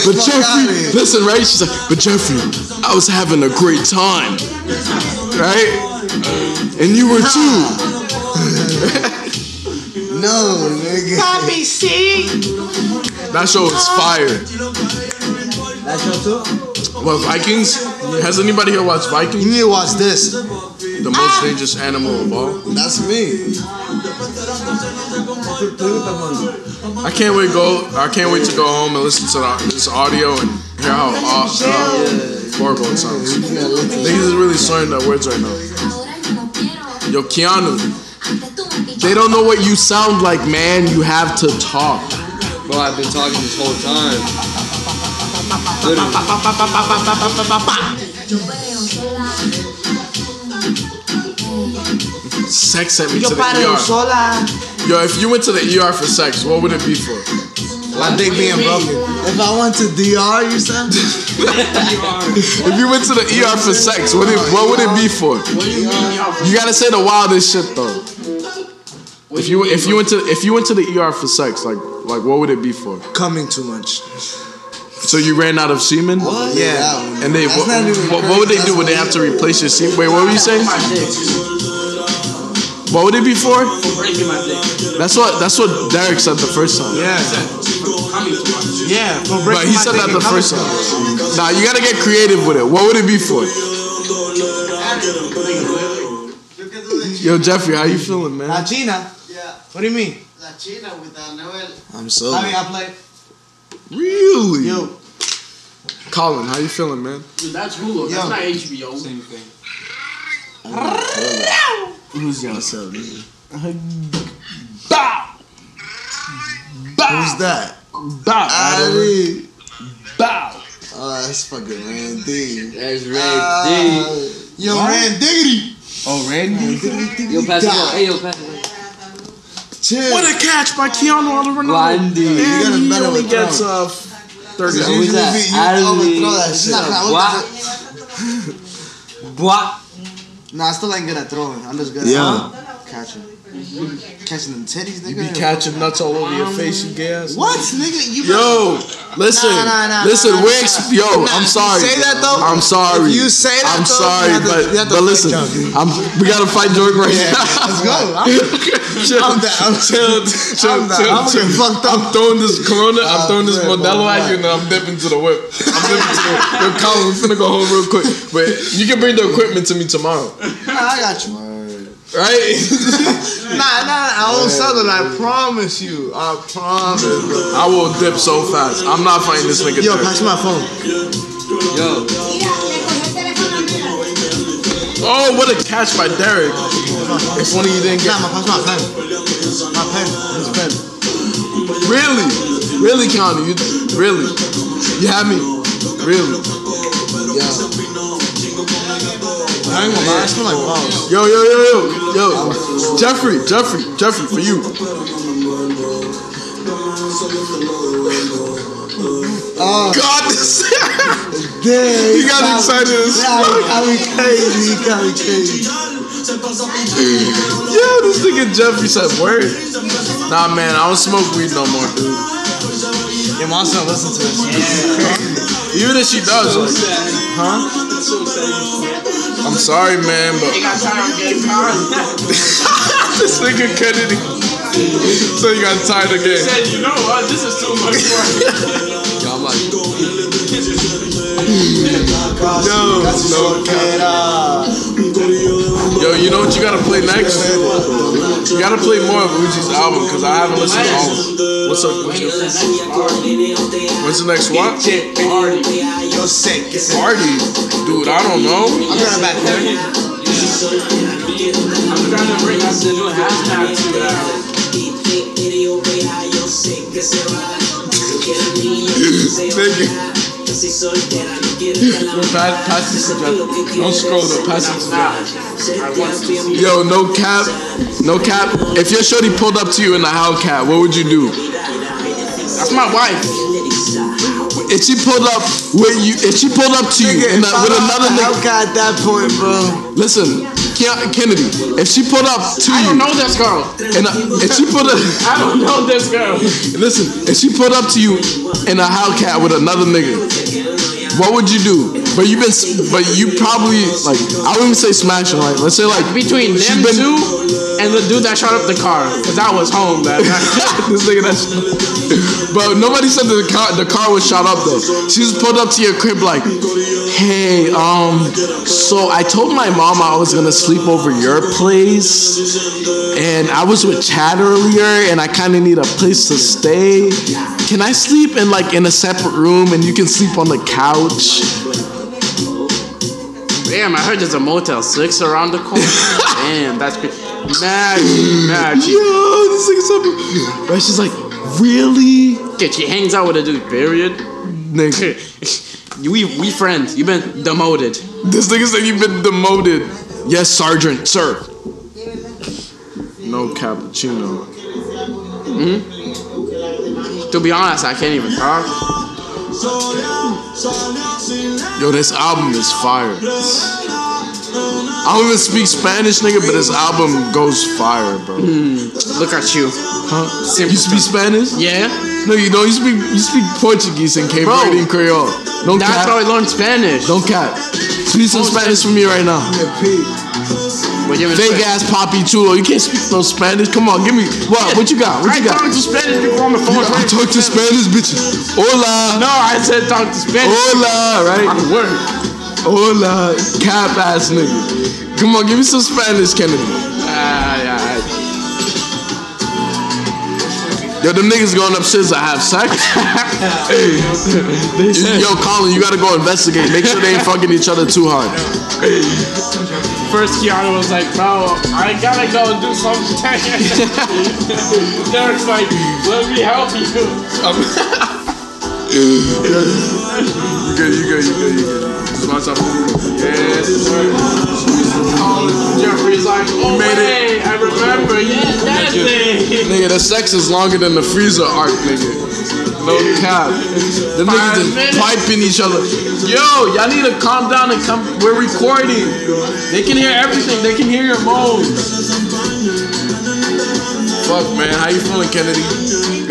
S1: But
S3: fuck outta
S1: Jeffrey,
S3: here.
S1: listen, right? She's like, but Jeffrey, I was having a great time, right? And you were too.
S3: No, nigga.
S9: Happy C.
S1: That show is fire.
S3: That show too?
S1: Well, Vikings. Has anybody here watched
S3: You
S1: Vikings?
S3: need to watch this.
S1: The
S3: Ah.
S1: most dangerous animal of all.
S3: That's me.
S1: I can't wait go. I can't wait to go home and listen to the, this audio and hear how aw- how horrible it sounds. Niggas is really slurring their words right now. Yo, Keanu, they don't know what you sound like, man. You have to talk.
S4: Bro, I've been talking this whole time. Literally.
S1: E Sex sent me to the ER. Yo, if you went to the ER for sex, what would it be for?
S2: I think being broken.
S3: If I went to DR, you said?
S1: If you went to the ER for sex, what, it, what would it be for?
S5: What do you mean y'all?
S1: You gotta say the wildest shit though. If you if you went to if you went to the ER for sex, like like what would it be for?
S2: Coming too much.
S1: So you ran out of semen,
S2: Yeah.
S1: and they what, what, what would they do? Would they have to replace your semen? Wait, what were you saying?
S5: My dick.
S1: What would it be for?
S8: breaking my dick.
S1: That's what that's what Derek said the first time.
S2: Yeah.
S8: Coming to my dick.
S2: Yeah. For
S1: But he
S2: breaking my
S1: said
S2: dick
S1: that
S2: and
S1: the
S2: coming
S1: first
S2: too
S1: time.
S2: much.
S1: Nah, you gotta get creative with it. What would it be for? Yo, Jeffrey, how you feeling, man?
S2: La China.
S5: Yeah,
S2: What do you mean?
S5: la china with the Noel.
S2: I'm so. I mean, I play.
S1: Really? Colin, how you feeling, man?
S8: Dude, that's
S2: Yo.
S8: Hulu. That's not HBO. Same thing.
S1: Who's yourself?
S8: Bow.
S3: Who's
S2: ah.
S8: Bow.
S3: that?
S8: Bow.
S3: Ali.
S8: Bow.
S3: Oh, that's fucking Randy.
S4: That's Red
S3: Uh, Yo, Randiggity.
S1: Oh, Randy.
S4: D. Yo, pass it on. Hey, yo, pass it
S3: Chill.
S1: What a catch by Keanu
S4: on.
S1: Ronaldo.
S4: Blondie.
S3: You gotta
S1: And he
S3: better
S1: only
S3: with
S1: gets
S3: Trump.
S1: uh,
S3: You
S1: 30
S4: Who's
S3: usually
S4: that?
S3: be- you
S4: Ali.
S3: overthrow that shit.
S4: Nah, what Boah.
S2: Nah, I still ain't good at throwing. I'm just good
S3: Yeah.
S2: at catching. Catching them titties,
S1: You be
S2: nigga.
S1: catching nuts all over your face, you gay ass.
S2: Um, what, nigga? You
S1: Yo, listen,
S2: Nah, nah, nah,
S1: listen.
S2: nah,
S1: we
S2: nah.
S1: ex- yo, I'm
S2: you
S1: sorry.
S2: say that, though,
S1: I'm sorry.
S2: if you say that,
S1: I'm
S2: though,
S1: sorry,
S2: you have to-
S1: but
S2: you have to
S1: but
S2: fight
S1: listen,
S2: Jordan.
S1: I'm we gotta fight Jordan right
S2: Yeah, let's go. I'm,
S1: now. chill,
S2: I'm down. I'm
S1: chill, chill,
S2: I'm down.
S1: chill,
S2: I'm
S1: chill.
S2: getting fucked
S1: I'm
S2: up.
S1: throwing this Corona. I'm
S2: Uh,
S1: throwing this
S2: man,
S1: Modelo
S2: man,
S1: at you, and I'm dipping to the whip. I'm dipping to the whip. Yo, Colin, we're finna go home real quick. But you can bring the equipment to me tomorrow,
S2: Nah, I got you. Nah,
S1: right?
S2: nah, I won't settle. I promise you. I promise. Bro.
S1: I will dip so fast. I'm not fighting this nigga.
S2: Yo,
S1: Dirk.
S2: pass me my phone.
S7: Mira, le
S4: Yo.
S7: cogí el teléfono a mí.
S1: Oh, what a catch by Derek. If one of you didn't
S2: Nah,
S1: get
S2: my pass my pen. My pen. His pen.
S1: Really? Really, Connie? You really? You had me? Really?
S2: I ain't gonna lie. I smell like balls.
S1: Yo, yo, yo, yo, yo. Jeffrey, Jeffrey, Jeffrey, for you. God, this.
S2: Damn.
S1: he got excited as fuck.
S2: I be crazy. You got me crazy.
S1: Yeah, this nigga Jeffrey said word. Nah, man, I don't smoke weed no more, dude.
S2: Your mom's gonna listen to this.
S1: Even if she does, like, huh? I'm sorry, man, but
S8: Got time to get cars.
S1: this nigga Kennedy. So you got tired again.
S8: Said, you know what? This is too much work.
S4: Yo, I'm like,
S1: Yo, no cap. Yo, you know what you gotta play next? You gotta play more of Uji's album because I haven't listened to all of it. What's up, Uji? What's the next one?
S8: Shit, Hardy.
S2: Yo, sick. It's sick.
S1: Party, dude. I don't know.
S2: I'm going back there.
S8: I'm trying to bring out the new hashtag to that.
S1: Pass, pass this to Jeff. Don't scroll though. Pass it to Jeff. Yo, no cap, no cap. If your shorty pulled up to you in a Hellcat, what would you do? That's my wife. If she pulled up with you, if she pulled up to you in a, with another nigga,
S2: at that point, bro.
S1: Listen, Ke- Kennedy, if she put up to you,
S8: know this girl.
S1: and if she put up,
S8: I don't know this girl.
S1: listen, if she put up to you in a Hellcat with another nigga, what would you do? But you been, s- but you probably like, I wouldn't even say smashing. Like, let's say like
S8: Between
S1: she
S8: them
S1: been-
S8: two and the dude that shot up the car, cause I was home that night.
S1: this nigga that's. But nobody said that the car the car was shot up though. She just pulled up to your crib like, hey, um, so I told my mom I was gonna sleep over your place, and I was with Chad earlier, and I kind of need a place to stay. Can I sleep in like in a separate room, and you can sleep on the couch?
S8: Damn, I heard there's a Motel 6 around the corner. Damn, that's crazy. Mad, mad. She,
S1: Yo, this nigga's up. Right? She's like, really?
S8: shit, she hangs out with a dude, period.
S1: Nigga,
S8: we, we friends. You've been demoted.
S1: this nigga said you've been demoted. Yes, sergeant, sir. No cappuccino.
S8: To be honest, I can't even talk.
S1: Yo, this album is fire. I don't even speak Spanish, nigga, but this album goes fire, bro.
S8: Look at you.
S1: Huh? You speak Spanish?
S8: Yeah?
S1: No, you don't. You speak you speak Portuguese and Cape
S8: Bro.
S1: Verdean Creole. Don't
S8: That's
S1: cap.
S8: how I learned Spanish.
S1: Don't cap. Speak some
S8: Oh,
S1: Spanish for me right now.
S8: But you
S1: Big ass Poppy Chulo. You can't speak no Spanish. Come on, give me what? What you got? What
S8: I
S1: you got?
S8: talked to Spanish people on the phone.
S1: I talk to Spanish bitches. Hola.
S8: No, I said talk to Spanish.
S1: Hola, right?
S8: I work.
S1: Hola. Cap ass nigga. Come on, give me some Spanish, Kennedy.
S8: Ah, yeah.
S1: Yo, them niggas going up since I have sex. hey. Yo, Colin, you gotta go investigate. Make sure they ain't fucking each other too hard.
S8: First, Keanu was like, bro, I gotta go and do something. Derek's like, let me help you.
S1: You good, you good, you good, you good. Just watch out for me. Yes, sir.
S8: Jeffrey's like, oh,
S1: Made
S8: wait,
S1: it.
S8: I remember. Yeah, that thing.
S1: Nigga, the sex is longer than the freezer arc, nigga. No cap. Them
S8: Five
S1: niggas just
S8: minutes.
S1: piping each other.
S8: Yo, y'all need to calm down and come. We're recording. They can hear everything. They can hear your moans.
S1: Fuck, man. How you feeling, Kennedy?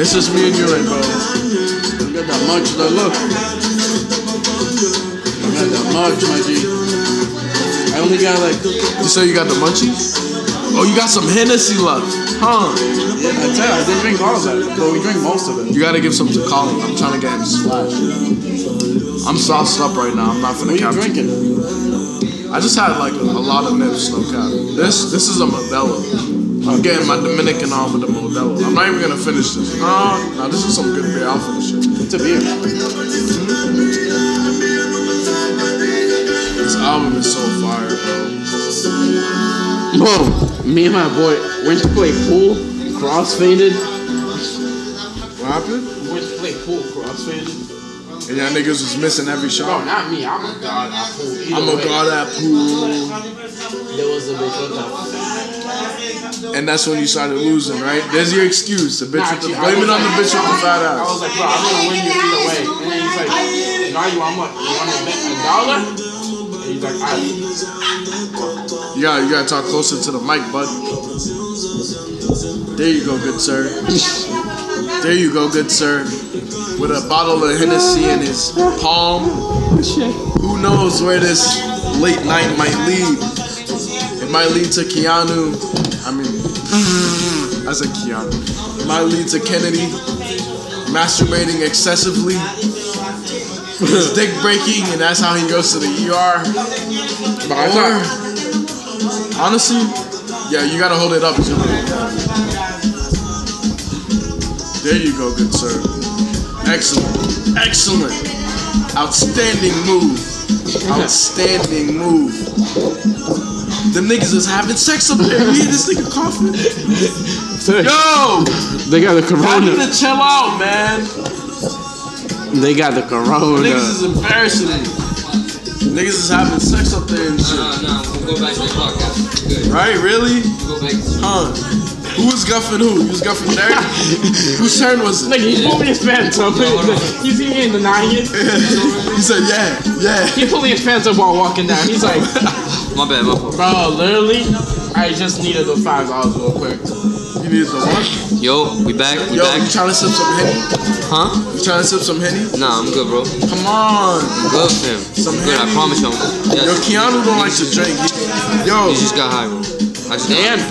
S1: It's just me and you right now.
S8: You got that much, though. Look. You got that much, my G. I only got like,
S1: You say you got the munchies? Oh, you got some Hennessy left.
S8: huh? Yeah, I tell you, I didn't drink all of that, but we drink most of it.
S1: You gotta give some to Colin. I'm trying to get him splashed. I'm sauced up right now. I'm not finna
S8: What are
S1: cap you.
S8: you drinking?
S1: I just had like a, a lot of nips, no cap. This this is a Modelo. I'm getting my Dominican on with the Modelo. I'm not even gonna finish this. No, no, this is some good beer. I'll finish it.
S8: It's a beer.
S1: This album is so fire, bro.
S8: Bro, me and my boy went to play pool, crossfaded.
S1: What happened?
S8: Went to play pool, crossfaded.
S1: And y'all niggas was missing every
S8: Bro,
S1: shot.
S8: not me. I'm a god at pool. Either
S1: I'm a
S8: way,
S1: god at pool.
S8: There was a bachata.
S1: And that's when you started losing, right? There's your excuse. The bitch
S8: Nah,
S1: with the
S8: I
S1: blame it
S8: was
S1: on the
S8: like-
S1: bitch with the fat
S8: I was
S1: ass.
S8: like, bro, I'm gonna win you either way. And then he's like, now you want what? You wanna bet a dollar? And he's like, alright.
S1: You gotta, you gotta talk closer to the mic, bud. There you go, good sir. There you go, good sir. With a bottle of Hennessy in his palm. Who knows where this late night might lead? It might lead to Keanu. I mean, I said Keanu. It might lead to Kennedy masturbating excessively, his dick breaking, and that's how he goes to the ER.
S8: But I thought,
S1: Honestly, yeah, you gotta hold it up. Jimmy. There you go, good sir. Excellent. Excellent. Outstanding move. Outstanding move. Them niggas is having sex up there. You hear this nigga coughing? Yo!
S8: they got the
S1: I need
S8: corona.
S1: to chill out, man.
S8: They got the
S1: Niggas
S8: corona.
S1: is embarrassing me. Niggas is having sex up there and shit.
S4: No, no, we'll go back to the podcast. Good.
S1: Right, really?
S4: We'll go back to
S1: Huh? Who was guffing who? You was guffing Derek? Whose turn was it?
S8: Nigga, he's pulling his pants up. He's eating the nugget.
S1: he said, yeah, yeah.
S8: He's pulling his pants up while walking down. He's like,
S4: My bad, my fault.
S8: bro, literally, I just needed those five dollars real quick.
S1: You need the one?
S4: Yo, we back, we
S1: Yo, you
S4: back.
S1: trying to sip some Henny?
S4: Huh?
S1: You trying to sip some Henny?
S4: Nah, I'm good, bro.
S1: Come on.
S4: I'm good, fam.
S1: Some
S4: I'm good, I
S1: heavy-
S4: promise you, I'm good.
S1: Yo,
S4: Yes.
S1: Keanu don't like to drink. He- Yo,
S4: You just got high, bro. I just
S8: And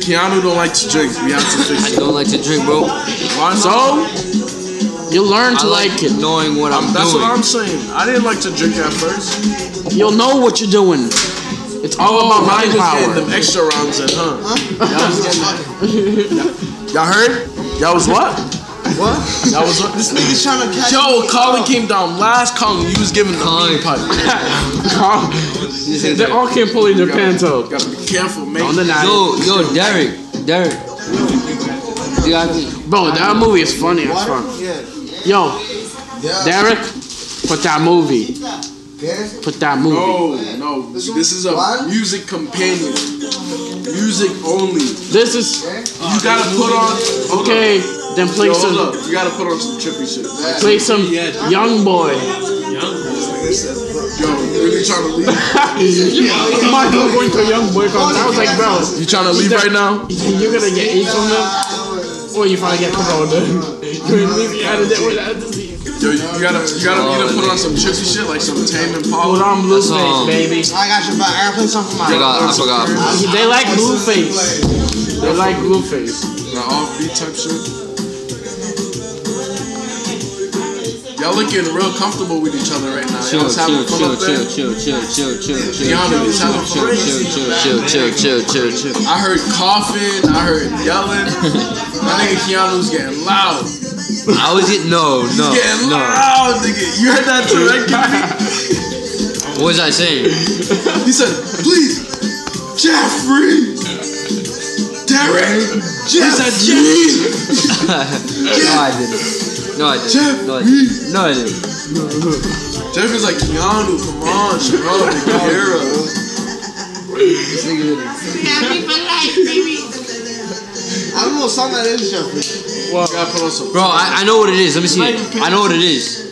S1: Keanu don't like to drink. We have to
S4: I
S1: fix it.
S4: don't like to drink, bro.
S1: Why so?
S8: you learn
S4: I
S8: to like, it.
S4: knowing what I'm
S1: That's
S4: doing.
S1: what I'm saying. I didn't like to drink at first. Oh,
S8: You'll know what you're doing. It's all about
S1: I
S8: mind
S1: was getting
S8: power.
S1: them extra rounds in, huh? Y'all heard? Y'all was what?
S2: What?
S1: Y'all was what?
S2: This nigga's trying to catch Oh.
S1: Yo, Colin came down last. Colin, you was giving the
S4: Colin.
S1: mean pipe.
S8: they all came pulling their pants up.
S1: Gotta be careful, man.
S8: On the night.
S4: Yo, yo, Derek, Derek. You got me.
S8: Bro, that movie is funny as fuck.
S2: Yeah.
S8: Yo,
S2: Yeah.
S8: Derek, put that movie. Put that movie.
S1: No, no. This is a
S2: Why?
S1: music companion. Music only.
S8: This is
S1: You gotta put on.
S8: okay. Then play
S1: Yo,
S8: some
S1: hold up. You gotta put on some trippy shit.
S8: play some young boy.
S1: Yo, really trying to leave?
S8: Michael going to young boy concert. I was like, bro,
S1: You trying to leave right now?
S8: you're gonna get AIDS from them, or you probably get corona. You're gonna leave out of there without disease.
S1: Yo, you you gotta, you gotta either put on some trippy shit like some Tame
S8: Hold
S1: Impala.
S8: on, Blueface, baby.
S3: I got you, but I gotta play something for my.
S4: forgot, I forgot.
S8: They like Blueface. They like Blueface.
S1: Like offbeat type shit. Y'all looking real comfortable with each other right now.
S10: Chill,
S1: Y'all was having
S10: chill, chill,
S1: fun up there.
S10: chill, chill, chill, chill, chill, chill,
S1: Deanna,
S10: chill,
S1: you sound
S10: chill, chill, chill, chill, chill, chill, chill, chill.
S1: I heard coughing. I heard yelling. My nigga Keanu's getting loud.
S4: I was it. No, Oh, no,
S1: Getting
S4: no.
S1: loud, nigga. You heard that too, right, Keanu?
S10: What was I saying?
S1: He said, please, Jeffrey, Derek. He said, Jeffrey.
S4: No, I didn't. No, I didn't. No, I didn't. No, I didn't.
S1: Jeffrey's like, Keanu, come on, Sherelle, nigga, hero.
S6: Happy for life, baby.
S3: I don't know what song that is, Jeff.
S1: You gotta put on some.
S4: Bro, I, I know what it is. Let me see it. I know what it is.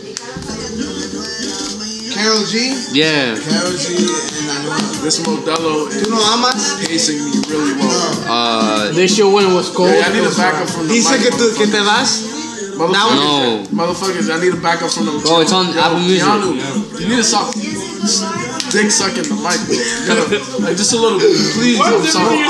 S3: Carol G.
S4: Yeah.
S3: Carol G. And I know.
S1: This Modelo is
S3: You know Amas?
S1: pacing me really well.
S4: Uh,
S8: They should win was cold.
S1: Yo, I need a backup from the
S3: Dice
S1: mic.
S3: que tú que te vas.
S1: motherfuckers.
S4: No.
S1: Motherfuckers, I need a backup from them.
S4: Bro, it's on
S1: Yo,
S4: Apple Music.
S1: Keanu, you need to stop dick sucking the mic, bro. You gotta, like, just a little bit. Please, I'm sorry.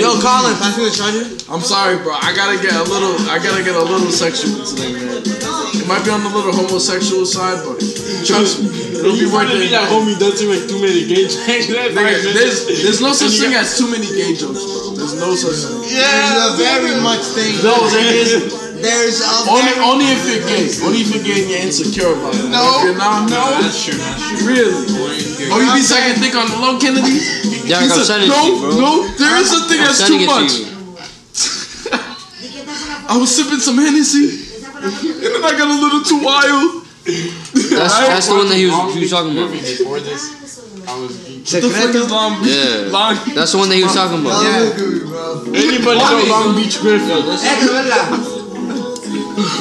S3: Yo, Colin, pass me the charger.
S1: I'm sorry, bro. I gotta get a little. I gotta get a little sexual today, man. It might be on the little homosexual side, but trust me, it'll be worth it.
S8: homie doesn't make too many gay jokes.
S1: Nigga, there's there's no such thing as too many gay jokes, bro. There's no such thing.
S3: There's a very much thing.
S1: No, there isn't.
S3: There's a
S1: Only,
S3: very
S1: only if you're gay. Only if you're gay and you're insecure about it. No. If you're not, no. That's true. Really? Or you be second think on the low, Kennedy? He
S4: Derek, I'm
S1: said,
S4: sending it to you,
S1: no, no,
S4: bro.
S1: there is a thing
S4: I'm
S1: that's
S4: sending
S1: too
S4: it to
S1: much.
S4: you.
S1: I was sipping some Hennessy, and then I got a little too wild.
S4: That's, that's the one that he was, he was talking about.
S11: Before this, I was geek.
S1: What the fuck is Long Beach?
S4: Yeah.
S1: Long
S4: That's the one that he was talking about.
S8: Anybody know Long Beach Griffin?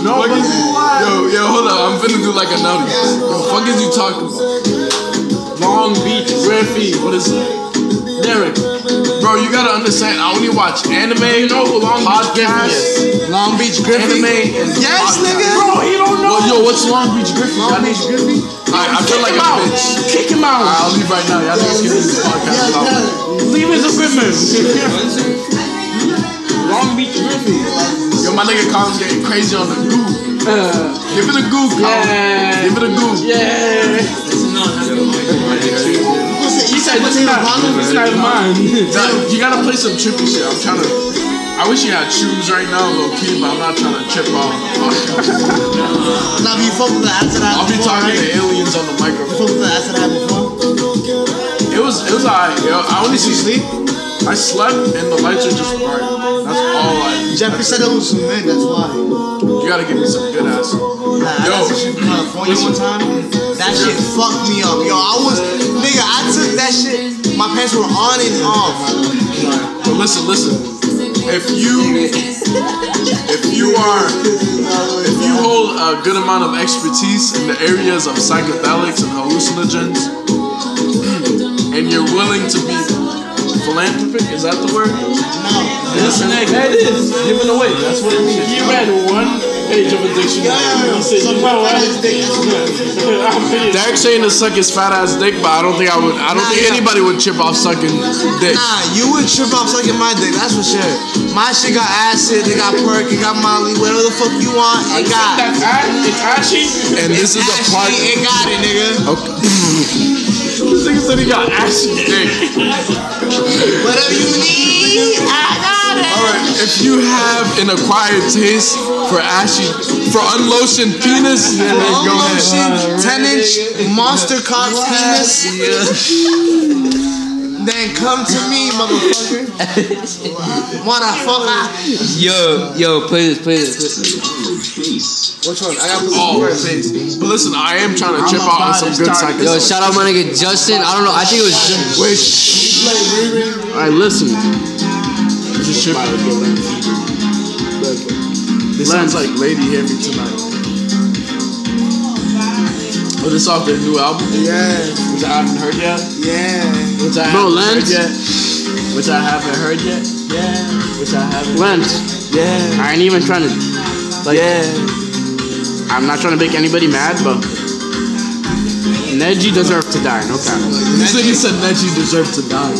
S1: No, fuck is, yo, yo, hold up. I'm finna do like a nutty. Yo, fuck is you talking about? Long Beach Griffey. What is it? Derek. Bro, you gotta understand. I only watch anime, you know who Long Beach Griffey is.
S3: Long Beach
S1: Anime
S3: Griffin.
S1: and
S3: Yes, nigga.
S1: Bro, he don't know. Well, yo, what's Long Beach Griffey? Long Beach Griffey. Alright, I feel like a bitch.
S8: Kick him out.
S1: Alright, I'll leave right now. Y'all niggas can leave the podcast. out.
S8: Leave his equipment.
S1: Long Beach Griffey. Yo, my nigga Colin's getting crazy on the goo. Give it a goo, Colin.
S8: Yeah.
S1: Give it a goo.
S8: Yeah.
S3: He said,
S8: It's not, it's not mine.
S1: Nah, you gotta play some trippy shit. I'm trying to. I wish you had shoes right now, low key, but I'm not trying to trip off.
S3: Now, you fucked with the ass that I
S1: I'll
S3: had
S1: be
S3: before,
S1: talking to
S3: right?
S1: aliens on the microphone.
S3: Fucked with the ass that I had before.
S1: It was it was alright, yo. I only see sleep. I slept and the lights are just bright. That's all I.
S3: Jeffrey said it was some men, that's why.
S1: You gotta give me some good ass.
S3: Nah, I
S1: Yo.
S3: got some shit from California one time. That shit fucked me up. Yo, I was, nigga, I took that shit. My pants were on and off.
S1: But listen, listen. If you if you are if you hold a good amount of expertise in the areas of psychedelics and hallucinogens, and you're willing to be philanthropic, is that the word?
S8: This nigga, that is giving away. That's what it means. He read one page of a dictionary. He said, you know what? I'm finished.
S1: Derek saying to suck his fat ass dick, but I don't think I would. I don't
S3: Nah,
S1: think
S3: yeah.
S1: anybody would chip off sucking dick.
S3: Nah, you would trip off sucking my dick, that's for sure. My shit got acid, it got perk, it got molly, whatever the fuck you want, it got.
S8: That's I, it's Ashi.
S1: And this is a part.
S3: Actually, it got it, nigga.
S8: This nigga said he got Ashi.
S1: Dick.
S3: Whatever you need, I got it.
S1: All right, if you have an acquired taste for ashy, for unlotioned penis, then go ahead.
S3: Unlotion, 10 inch monster cock penis. Then come to me, motherfucker. Wanna fuck? I-
S4: Yo, yo, play this, play this. Play this.
S3: Which one? I got this
S1: Oh,
S3: word.
S1: but listen, I am trying to chip out on some good
S4: Yo,
S1: psychedelics.
S4: shout out my nigga Justin. I don't know. I think it was. Ju-
S1: Wait, shh. All right, listen. Just chip. This sounds like Lady Hear Me Tonight. Oh, this off their new album,
S3: Yeah,
S1: which I haven't heard yet.
S3: yeah.
S1: Which I
S8: Bro,
S1: haven't
S8: Lent.
S1: heard yet. Which I haven't heard yet. Yeah. Which I haven't.
S8: Lent.
S3: Yeah,
S8: I ain't even trying to.
S3: yeah.
S8: I'm not trying to make anybody mad, but Neji deserved to die. No cap.
S1: This nigga said Neji deserved to die.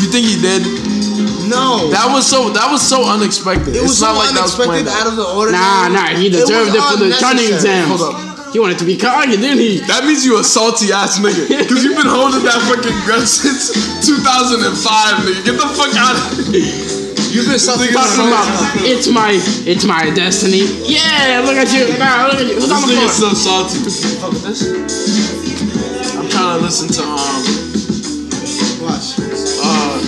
S1: You think he did?
S3: No,
S1: That was so. That was so unexpected.
S3: it
S1: it's
S3: was so
S1: not like that was
S3: unexpected,
S1: planned.
S3: out of the ordinary.
S8: Nah, nah. He
S3: was
S8: deserved it, for the Chunin
S3: unnecessary.
S8: exam.
S1: Hold up.
S8: He wanted to be Kage, didn't he?
S1: That means you a salty ass nigga. Cause you've been holding that fucking grudge since 2005, nigga. Get the fuck out of here.
S3: You've been something
S8: Talking about it's my it's my destiny. Yeah, look at you. Nah, look at you. Who's
S1: This
S8: on the
S1: nigga's
S8: floor?
S1: so salty. Fuck this. I'm trying to listen to um uh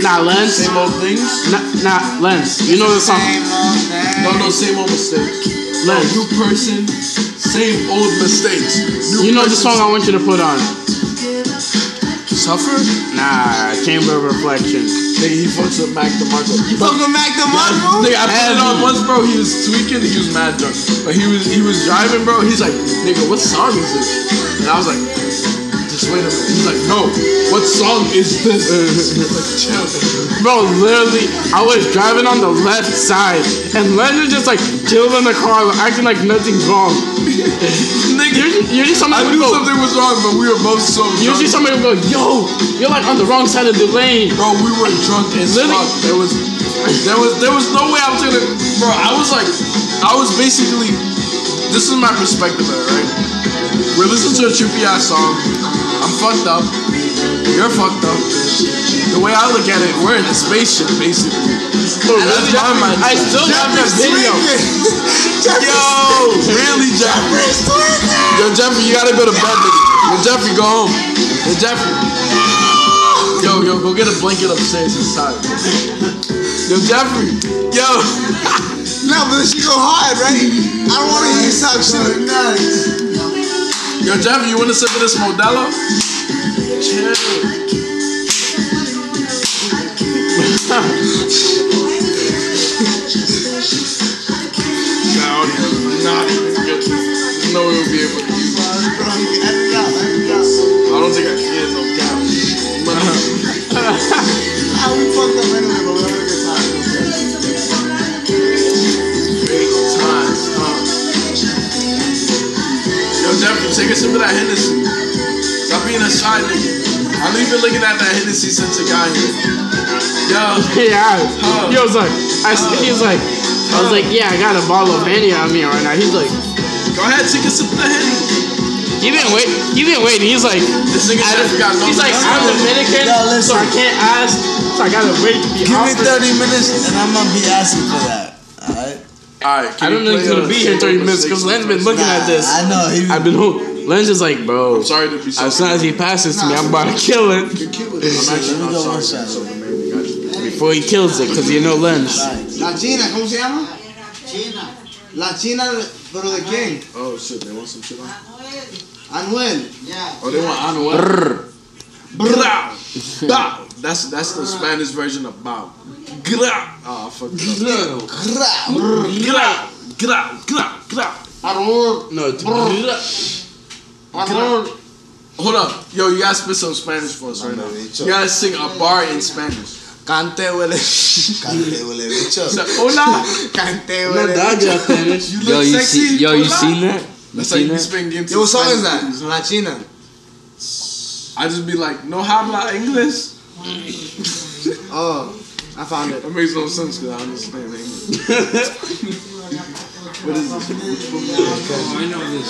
S8: Nah, Lens.
S1: same old things.
S8: Nah, nah, Lens. You know the song.
S1: No, no, same old mistakes.
S8: Lens.
S1: New person, same old mistakes. New
S8: You know the
S1: person,
S8: song I want you to put on.
S1: Suffer?
S8: Nah, Chamber of Reflection.
S1: Nigga, he fucks with Mac DeMarco. Bro,
S3: Fucking Mac the Marvel.
S1: Nigga, I put it
S8: Heavy.
S1: on once, bro. He was tweaking. He was mad drunk, but he was he was driving, bro. He's like, nigga, what song is this? And I was like, just wait a minute. He's like, no, what song is this? I was like, chill.
S8: Bro, literally, I was driving on the left side, and Lens was just like chilled in the car, acting like nothing's wrong.
S1: nigga,
S8: Usually,
S1: I
S8: usually somebody would
S1: knew
S8: go.
S1: something was wrong, but we were both so
S8: Usually
S1: drunk.
S8: somebody would go, yo, you're like on the wrong side of the lane.
S1: Bro, we were drunk as
S8: Literally-
S1: fuck. There was, there was, there was no way I was gonna. Bro, I was like, I was basically. This is my perspective of it, right? We're listening to a trippy ass song. I'm fucked up. You're fucked up. The way I look at it, we're in a spaceship, basically.
S8: Bro,
S1: that's
S8: Jeffrey-
S1: my mindset.
S8: I still have that video.
S1: Yo, really, Jeffrey? Yo, Jeffrey, you gotta go to bed, nigga. Yo, Jeffrey, go home. Yo, Jeffrey. Yo, yo, go get a blanket upstairs. It's time. Yo, Jeffrey. Yo.
S3: No, but she go hard, right? I don't want to hear you talk shit like that.
S1: Yo, Jeffrey, you wanna sip of this Modelo? Chill. Nah, I don't- nah, there's No, way we'll be able to use it. I don't think I can get it no gown. But-
S3: How we fucked up anyway, but we're having a good time.
S1: times, huh? Yo, Jeffrey, take a sip of that Hennessy. Stop being a shy nigga. I know you've been looking at that Hennessy since you got here. Yo,
S8: Yeah. Yo, it's like, I, s- he's like, I was like, yeah, I got a bottle of Mania on me right now. He's like,
S1: go ahead, take a sip of the Henny.
S8: you've been waiting, you've been waiting. He's like,
S1: This nigga
S8: I
S1: Jeffrey got
S8: don't-
S1: no
S8: he's like, I'm Dominican,
S12: Yo, listen.
S8: so I can't ask, so I gotta wait to be
S12: Give me
S8: offered.
S12: 30 minutes and I'm gonna be asking for that. Alright?
S1: Alright,
S8: I don't know if he's gonna be here 30 minutes because Len's been looking at this.
S12: I know. He,
S8: I've been home. Len's just like, bro,
S1: Sorry to be so.
S8: as soon as he passes to me, I'm about to kill it
S1: I'm actually
S12: let me
S1: not
S12: go one
S1: sorry.
S12: shot.
S8: before he kills it because you know Len's.
S3: La China, ¿cómo se llama?
S13: China.
S3: La China, pero ¿de quién?
S1: Oh shit, they want some shit on.
S3: Anuel.
S13: Yeah.
S1: Oh, they want Anuel. Grah. Bow. That's that's the Spanish version of bow. Grah. Oh, I fucked it up. Grah. Grah. Grah. Grah.
S13: Arroz.
S8: No, it's brr.
S13: Arroz.
S1: Hold up, yo, you gotta spit some Spanish for us right now. You gotta sing a bar in Spanish.
S3: Cante huele.
S12: Cante, huele bicho.
S1: It's like, hola.
S3: Cante
S8: No
S3: huele.
S8: dog got finished.
S1: You look
S8: Yo, you
S1: sexy.
S8: see, yo,
S1: hola.
S8: you seen that? You
S1: That's like
S8: seen
S1: me
S8: that?
S1: spitting game. to
S3: Yo, what song is
S1: Spanish.
S3: that? La China.
S1: I just be like, no habla English.
S3: Oh, I found it.
S1: That makes no sense because I understand English.
S14: I know this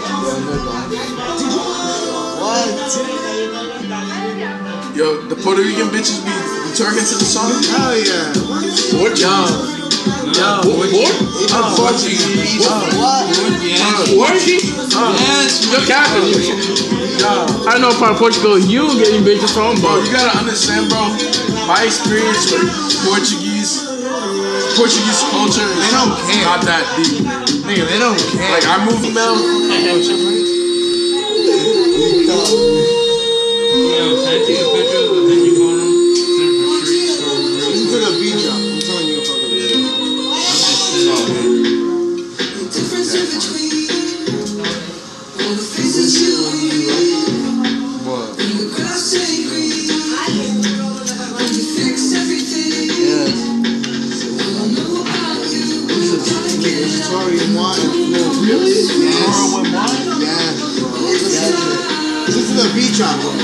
S14: song.
S3: What?
S1: Yo, the Puerto Rican bitches be twerking to the song.
S3: Hell yeah.
S1: What y'all? Yo, what? I'm Portuguese.
S12: What?
S1: Yo,
S14: Yes,
S8: Yo, Captain, I don't know if I'm Portugal. You getting bitches from,
S1: bro,
S8: but
S1: you gotta understand, bro. My experience with Portuguese, Portuguese culture is
S3: don't care.
S1: not that deep.
S3: Nigga, they don't care.
S1: Like I moved now.
S14: yo, can I take a picture of the thing you bought him? Send it for free, so we're really-
S3: Took a beat, yo. drop one.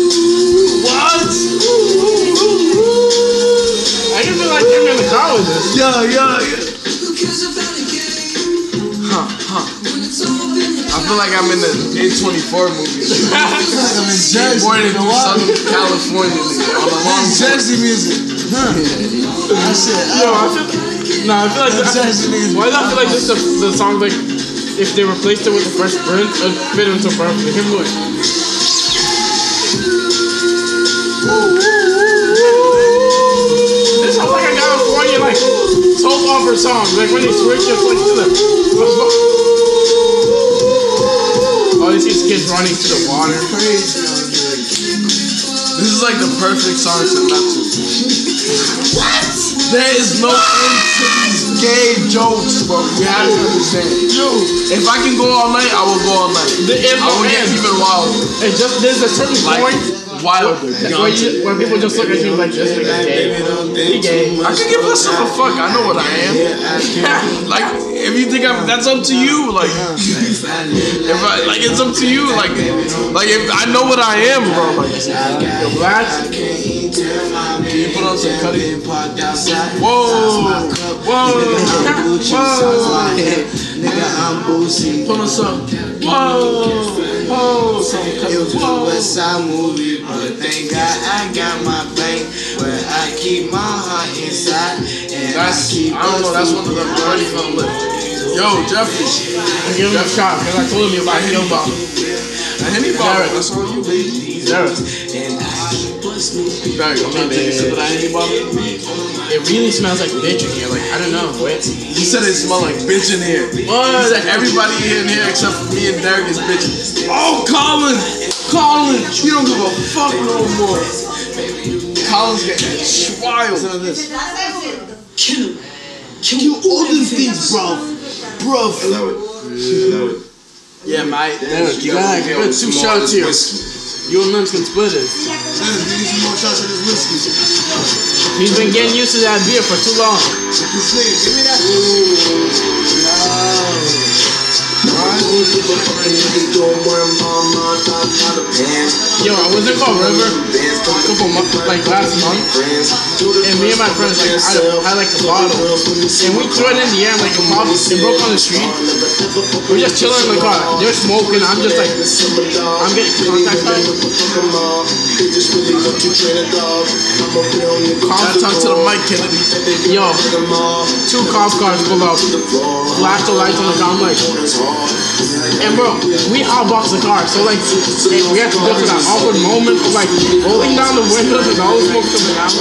S8: What? I didn't feel like him in the colleges.
S3: Yo, yo, yo.
S1: I feel like I'm in the A24 movie.
S3: I'm in Jersey.
S1: Born in
S3: nigga. Why-
S1: Southern California, nigga. On a long
S3: Jersey music. Huh. That shit.
S8: Yo, I feel. Nah, I feel like.
S3: Them Jersey niggas.
S8: Why do I feel like this? The, the song like, if they replaced it with the fresh prince, it'd fit into perfectly. Him going. This sounds like a California like soap opera song. Like when they switch it like to the. All you see Oh, is kids running to the water.
S1: This is like the perfect song to rap to. what? There is no end to these gay jokes, bro. You have to understand. If I can go all night, I will go all night.
S8: The
S1: I will get
S8: info
S1: even wilder.
S8: and just there's a certain
S1: Like,
S8: point
S1: wilder.
S8: where, you, where people just look at you like this nigga gay. He gay.
S1: I can give myself a fuck. I know what I am. like, if you think I'm, that's up to you. Like, if I, like it's up to you. Like, like if I know what I am, bro. Like,
S8: Relax.
S1: you put on some cutting. Whoa, whoa, whoa. Put on some. Whoa, whoa, some cutting. Whoa.
S15: Westside movie, but thank God I got my bank where I keep my heart inside. And
S1: That's. I don't know. That's one of the already fun lift. Yo, Jeffrey.
S8: Give him a shot because I told him about him about.
S1: A Henny bottle. That's all you. There you go.
S8: It really smells like bitch in here. Like I don't know. What?
S1: He said it smelled like bitch in here. He said everybody in here except for me and Derek is bitches. Oh, Colin! Colin! You don't give a fuck no more. Colin's getting wild.
S3: Listen to this.
S6: haciendo?
S3: You all these things, bro. Bro.
S1: Yeah, mate.
S8: God, put two shots here. You and Limbs can split it.
S3: These more shots of this whiskey.
S8: He's been getting used to that beer for too long.
S3: This nigga, give me that. Ooh.
S8: Yo, I was in Fall River a couple months, like last month, and me and my friends like I, I like a bottle, and we threw it in the air like a mob. It broke on the street. We're just chilling in the car. They're smoking. I'm just like, I'm getting contact high.
S1: Shout out to the mic, Kennedy.
S8: Yo, two cop cars pull up, flash the lights on the car. I'm like, and bro, we hotbox the car, so like, we have to go to that awkward moment of like rolling down the windows and all the smoke coming out.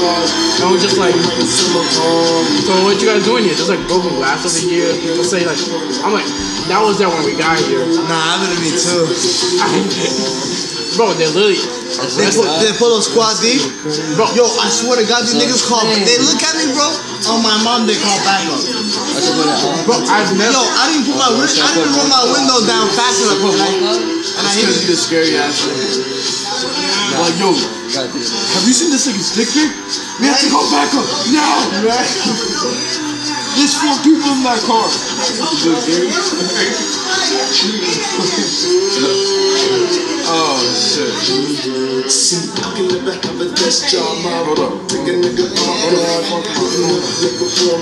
S8: And we're just like, so what you guys doing here? Just like broken glass over here. People say like, I'm like, that was there when we got here.
S3: Nah, I'm gonna be too.
S8: bro, they're literally,
S3: They pull, they pull on squad D.
S8: bro,
S3: Yo, I swear to God, you niggas call. They look at me, bro. On my mom, they call back up.
S8: bro, I've never.
S3: Yo, I didn't put my win- I didn't roll my window down fast enough. And I, and I hit
S1: Because you the scary ass nigga. Like, yo, have you seen this nigga's dick pic? We have to go back up now! There's four people in that car. oh, shit.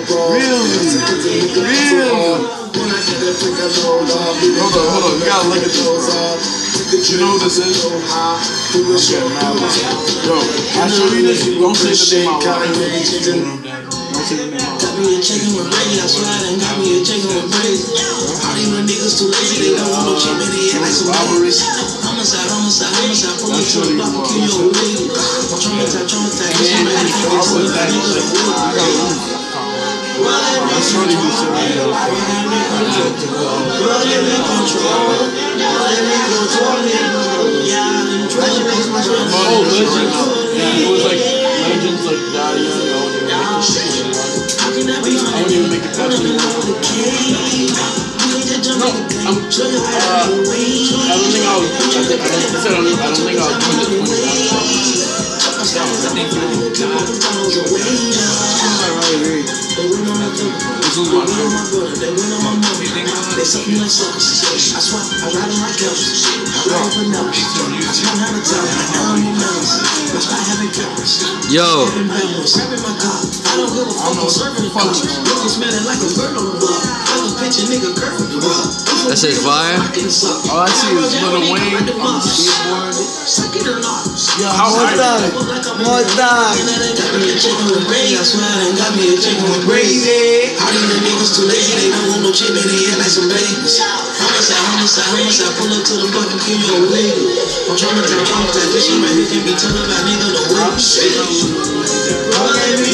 S1: Hold up. Really? Really? Hold on, hold on. You gotta look at this, bro. You know who this is? Okay. Yo, I show you this. Don't say the name out loud. Don't say the name out loud.
S8: Oh, legends. Yeah, it was like legends like that. You know, I wouldn't even make it past the No, I'm. Uh, I don't think I'll. I, think, I, don't, I said I don't, I don't think I'll do this one. This is my favorite.
S4: Yo, that shit's fire.
S1: All I see is Lil Wayne on the skateboard.
S3: How more time, more time.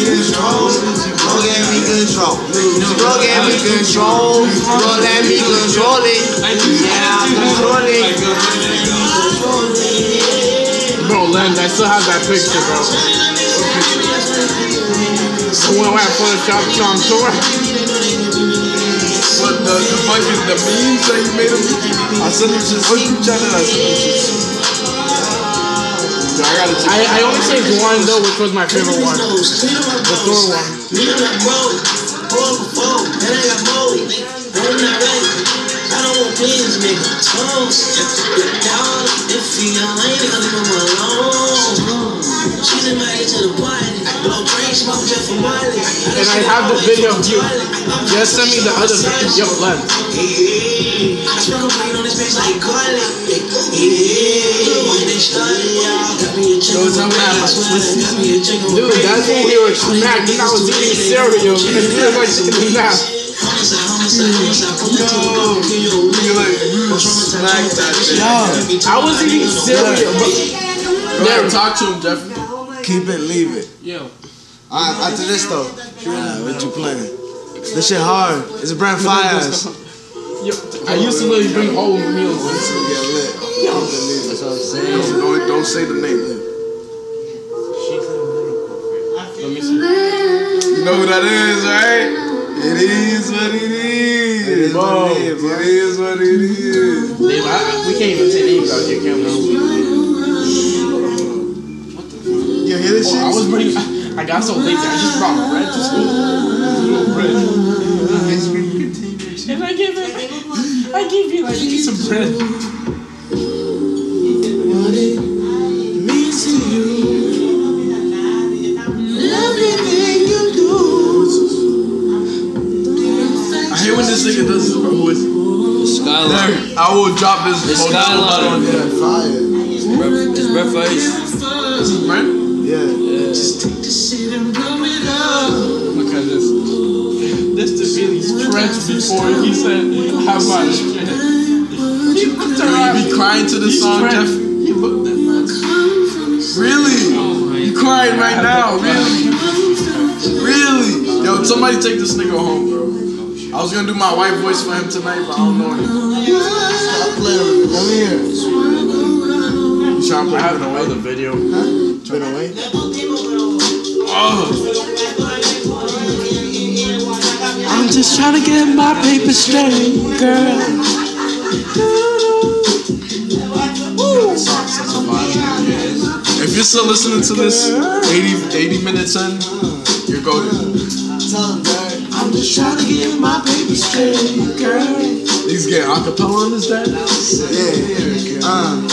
S5: Bro gave me control. Bro gave me control. Bro let me control it. Yeah, control it.
S16: Bro, Len, I still have that picture, bro. So when I Photoshop Tom Tour,
S1: What the, the fucking the memes that you made of me? I sent them shit. What you trying to I sent them shit. Yo, I gotta check.
S16: I, I only saved one though, which was my favorite one. The Thor one. And I have the video of you. Just send me the other video. Yo, Len. Dude, that's when we were smacked and I was eating cereal. And you were like, nah.
S1: Smack that shit.
S16: I was eating cereal, bro.
S1: Go ahead, talk to him, Jeffrey.
S3: Keep it, leave it.
S16: Yo.
S3: Alright, after this though. Nah, what you playing? This shit hard. It's a brand fires.
S16: Yo, I used to literally bring whole meals.
S1: Don't, don't, don't say the name. You know who that is, right? It is what it is. It is
S3: what
S1: what it is. It is what it is.
S16: Dude, I, we can't even say names out here, can we?
S3: You hear this
S16: I
S3: shit?
S16: was bringing. I got so lazy. I just brought bread to school. Little bread. And I gave it. I gave you like a piece of bread.
S1: I hear when this nigga does this, bro. Who is it?
S4: Skyline.
S1: I will drop this.
S4: It's
S1: whole
S4: Skyline on there.
S3: Fire.
S4: It's red face.
S1: Right?
S3: Yeah.
S16: Look at this. This is really stretched before he said, "How much?" He looked
S1: You
S16: around.
S1: be crying to this song,
S16: Stretched.
S1: Jeff?
S16: He looked at Oh me.
S1: Really? You crying right now? Really? Really? Yo, somebody take this nigga home, bro. I was gonna do my white voice for him tonight, but I don't know him.
S3: Stop playing with me. Come here.
S1: You trying to
S16: I
S1: play
S16: have
S1: him
S16: no
S1: away?
S16: other video.
S3: Turn away.
S1: Oh,
S2: I'm just trying to get my paper straight, girl.
S1: if you're still listening to this 80, 80 minutes in, you're golden.
S3: Tell him, Derek.
S2: I'm just trying to get my paper straight, girl.
S1: He's getting acapella on his dad. Go
S3: Yeah. Uh,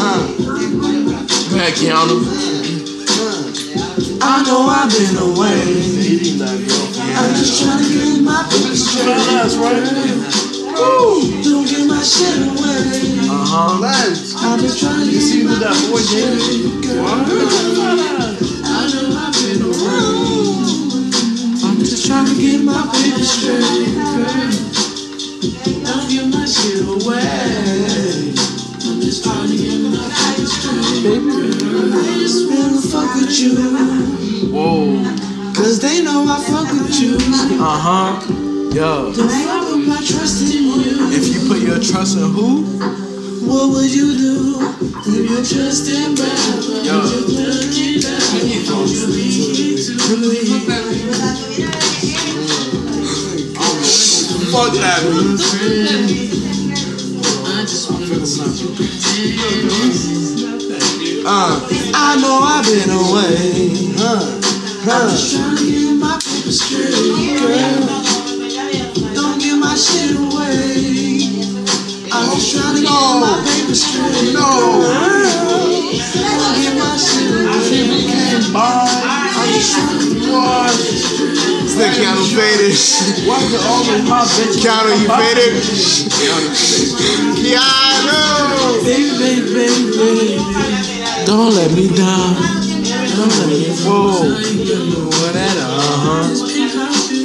S3: uh.
S1: ahead, Keanu.
S2: I know I've been away. I'm just trying to get my paper straight. Woo! Don't get my shit away.
S3: Uh-huh. Lens.
S2: I've been trying to get you my that boy, I know I've been away. I'm just trying to get my paper straight, girl. Don't get my shit away. I'm just trying to get my paper straight, girl. I just wanna fuck with you.
S1: Whoa.
S2: Cause they know I fuck with you.
S1: Uh-huh. Yo.
S2: Don't fuck with my trust in you.
S1: If you put your trust in who?
S2: What would you do if you trust in brother?
S1: Yo.
S2: Would you look it up? Would you be into it?
S1: Fuck that. man.
S3: Uh.
S2: I know I've been away.
S3: Huh.
S5: I'm just trying to get my paper straight, girl. Don't give my shit away. I'm just trying to get my paper straight, no. Don't give my shit away. I'm just trying to get my paper
S3: This nigga Keanu faded. Keanu, you faded? Keanu!
S2: Baby, baby, baby, baby. Don't let me down. Don't let me fall.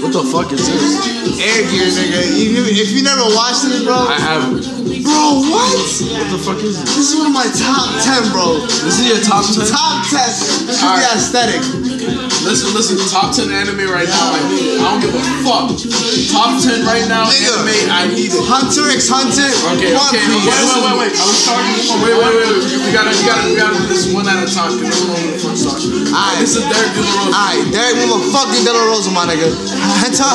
S1: What the fuck is this?
S3: Air Gear, nigga. If you, if you never watched it, bro.
S1: I haven't.
S3: Bro, what? What the fuck is this? This is one of my top 10, bro.
S1: This is your top ten.
S3: Top 10. This is the
S1: Alright.
S3: aesthetic.
S1: Listen, listen. Top ten anime right now. I need it. I don't give a fuck. Top ten right now.
S3: Nigga.
S1: Anime. I need it.
S3: Hunter x Hunter.
S1: Okay, okay,
S3: One
S1: wait,
S3: Piece.
S1: wait, wait, wait. I was talking. Wait, wait, wait. wait. We gotta, we gotta, we gotta do this one at a time. Cause I don't know what the fuck's on.
S3: Alright.
S1: This is Derek De La Rosa.
S3: Alright, Derek motherfucking De La Rosa, my nigga. Hunter,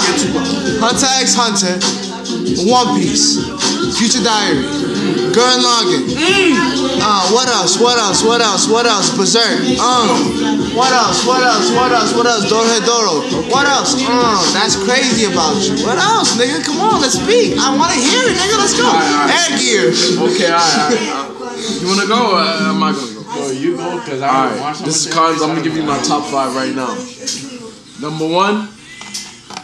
S3: Hunter x Hunter, One Piece, Future Diary, Gurren Lagann.
S1: Mm.
S3: Uh, what else? What else? What else? What else? Berserk. Um, what else? What else? What else? What else? Dorohedoro. What else? Um, that's crazy about you. What else, nigga? Come on, let's speak. I want to hear it, nigga. Let's go. Air gear.
S1: Okay, alright, alright. You wanna go or uh, am I gonna go?
S8: Bro, you go, cause I don't watch
S1: Alright,
S8: so
S1: this is
S8: much
S1: cards. I'm
S8: anime,
S1: gonna
S8: so I
S1: give you
S8: don't
S1: my
S8: know.
S1: top five right now. Number one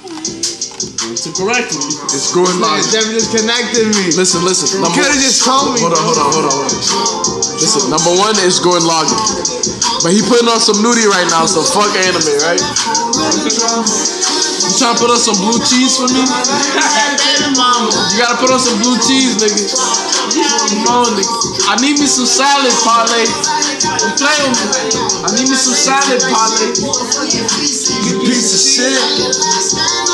S8: To correct me.
S1: is Gurren
S3: Niggas
S1: Lagann.
S3: never disconnected me.
S1: Listen, listen. Number,
S3: Coulda just told me,
S1: Hold on, hold on, hold on, hold on. Listen, number one is Gurren Lagann, but he putting on some nudie right now, so fuck anime, right? You trying to put on some blue cheese for me? You gotta put on some blue cheese, nigga. Come on, nigga. I need me some salad, parlay. You playing with me? I need me some salad, parlay. You piece of shit.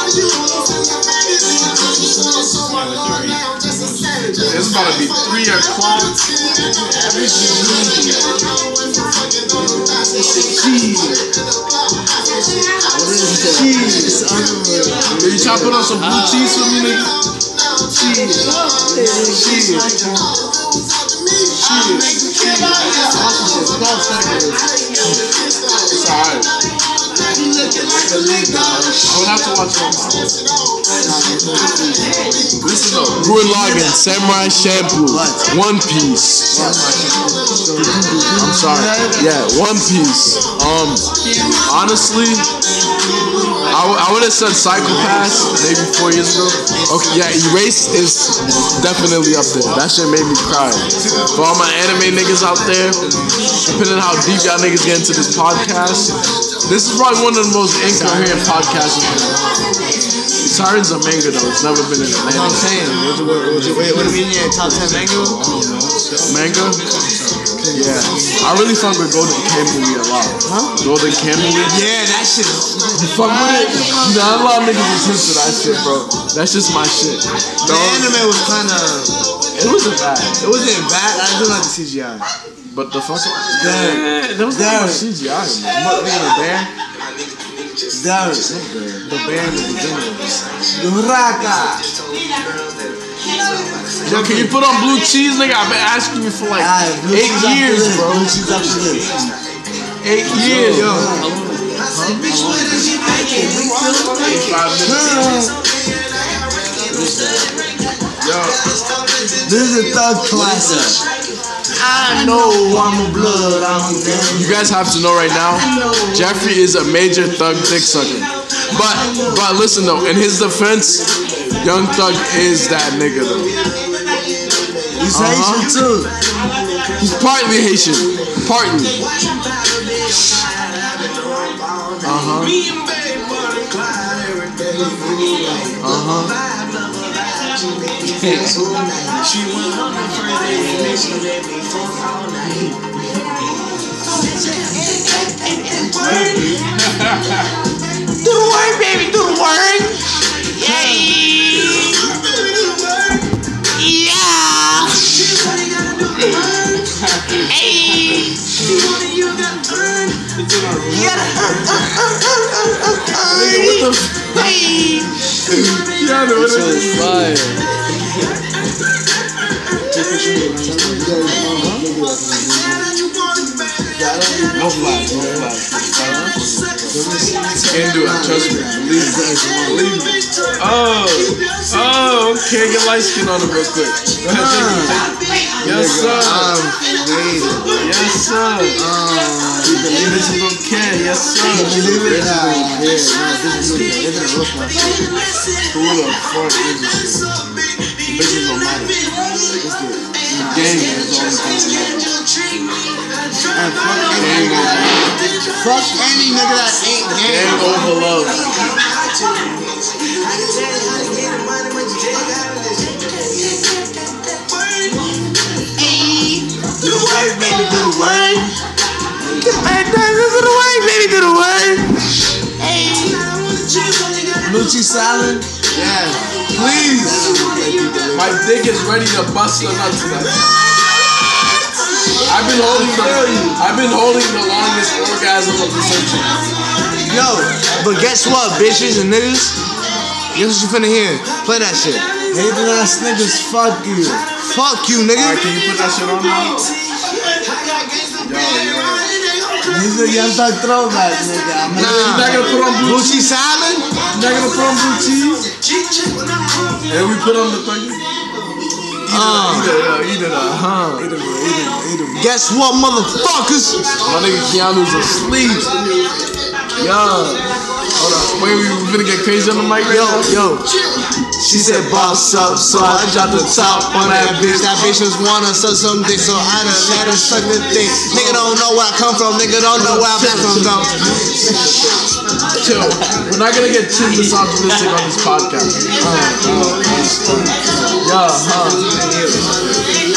S1: It's about to be three o'clock. Cheese. You trying to put on some blue cheese for me, nigga? It's alright. I would have to watch one. Listen though. Gurren Lagann, Samurai Shampoo, One Piece. I'm sorry. Yeah, One Piece. Um, honestly, I, w- I would have said Psychopaths maybe four years ago. Okay, yeah, Erase is definitely up there. That shit made me cry. For all my anime niggas out there, depending on how deep y'all niggas get into this podcast, this is probably one of the most incoherent podcasts. I've ever done. Sirens of manga though. It's never been in
S3: I'm
S1: Atlantic.
S3: saying, what, what, what, what, what do we need? Top 10 mango?
S1: Manga? Yeah. I really fuck with Golden Cam movie a lot. Huh? Golden Cam movie?
S3: Yeah, that shit.
S1: Fuck with it. Nah, a lot of niggas is into that shit, bro. That's just my shit.
S3: The anime was kind of.
S1: It wasn't bad.
S3: It wasn't bad. I do like the CGI.
S1: But the fuck
S3: Derek,
S1: That was
S3: Derek.
S1: not much CGI, man.
S3: What being a bear? Derek, the bear in the beginning. The Raka.
S1: Yo, can you put on blue cheese, nigga? I've been asking you for like
S3: Alright, blue
S1: eight
S3: cheese after
S1: years,
S3: this,
S1: bro.
S3: Blue cheese after this.
S1: Eight years.
S3: This is a thug classic. I know I'm a blood. I'm dead.
S1: You guys have to know right now, Jeffrey is a major thug dick sucker. But but listen though, in his defense, Young Thug is that nigga though.
S3: He's
S1: Uh-huh.
S3: Haitian too.
S1: He's partly Haitian, partly. Uh-huh. Uh-huh.
S5: Do the work, baby, do the work. Yeah. Hey. You gotta earn. You gotta earn, earn, earn, earn, earn, earn, earn. Hey. Don't lie, don't lie.
S1: can do it. Trust me. Believe me. Believe me. Oh. Oh, okay. Get light skin on him real quick. Go ahead, take it, take it. Yes, sir. Yes, sir. You believe this is okay? Yes, sir. Who the fuck is this shit? Bitches don't matter. It's the the game is all that matters.
S3: Fuck any nigga that ain't gang.
S1: Game over love.
S3: Do the work, baby, do the work. Hey, Davis, do the work, baby, do the work. Hey. Lucci salad?
S1: Yeah. Please. My dick is ready to bust a nut tonight. I've been holding the I've been holding the longest orgasm of the century.
S3: Yo, but guess what, bitches and niggas? Guess what you finna hear? Play that shit.
S17: Hating ass niggas, fuck you.
S3: Fuck you, nigga.
S1: Alright, can you put that shit on now?
S17: These are young thug throwbacks, nigga. I'm
S3: Nah.
S17: nah.
S1: You're not gonna put on blue
S3: Lucci salad?
S1: you're not gonna put on blue cheese? And we put on the thing.
S3: Uh.
S1: Eat it up, eat it up, huh? Eat it up, eat it up, eat it up.
S3: Guess what, motherfuckers?
S1: My nigga Keanu's asleep. Yo. Hold on. Wait, we we finna get crazy on the mic right
S3: Yo,
S1: now?
S3: yo. She said boss up, so I dropped the top on that bitch. That bitch was wanna suck some dick, so I done let her suck the dick. Nigga don't know where I come from, nigga don't know where I'm from though.
S1: Chill. We're not gonna get too misogynistic on this podcast. Uh, uh, uh. Yeah, huh?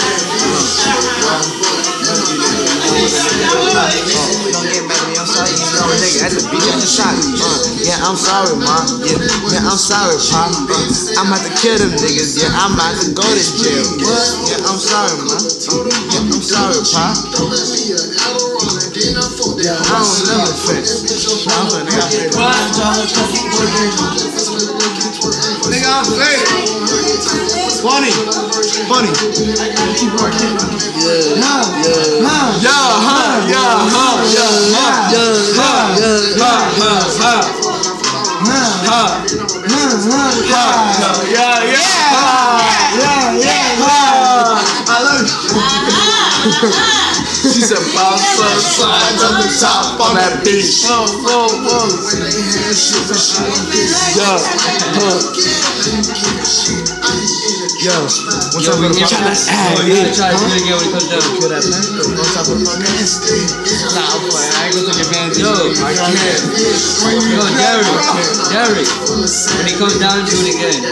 S3: Don't get mad at me, I'm sorry, you know, nigga, at the beach, at the shot. Uh, yeah, I'm sorry, ma. Yeah, yeah, I'm sorry, pa. Uh, I'm about to kill them niggas. Yeah, I'm about to go to jail. What? Yeah, I'm sorry, ma. Uh, yeah, I'm sorry, pa. Yeah, I don't love a fence. I'm a nigga. Nigga, I'm fake. Funny, funny. Yeah, yeah.
S1: Yeah, huh? Yeah, huh? Yeah, huh? Yeah, huh? Yeah, huh? Huh? Huh? Huh? Yeah, yeah, huh? Yeah, yeah, huh? She said, boss up, sides on the top on that beach. Whoa, whoa, whoa. Yeah, huh?
S3: Yo, what's up with the podcast?
S4: You gotta try to do it again when it comes down. Kill that man.
S3: What's up with the podcast? Nah, I'm playing. I ain't gonna take advantage
S4: Yo,
S3: of it.
S4: yo, Derek, Derek. When it comes down, do it again.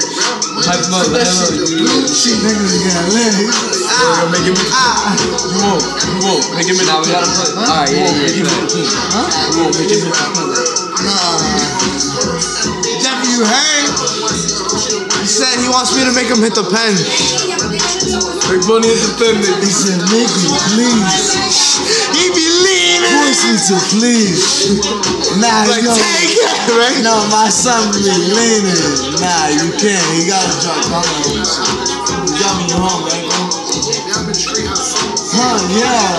S4: Hype him up, let him up.
S1: We're gonna make it.
S3: Ah.
S1: You won't. You won't. Make it.
S4: Now we gotta put. Alright, yeah, yeah,
S1: You
S4: yeah.
S1: won't. Make it.
S3: Jeffy, you heard? He said he wants me to make him hit the pen.
S1: Big Bunny is defending.
S17: He said, nigga, please.
S3: He be leaning.
S17: Push me to please. Nah,
S3: Like,
S17: yo.
S3: take it, right?
S17: No, my son be leaning. Nah, you can't. He gotta drop comedy. Drop me home, man. Huh, yeah.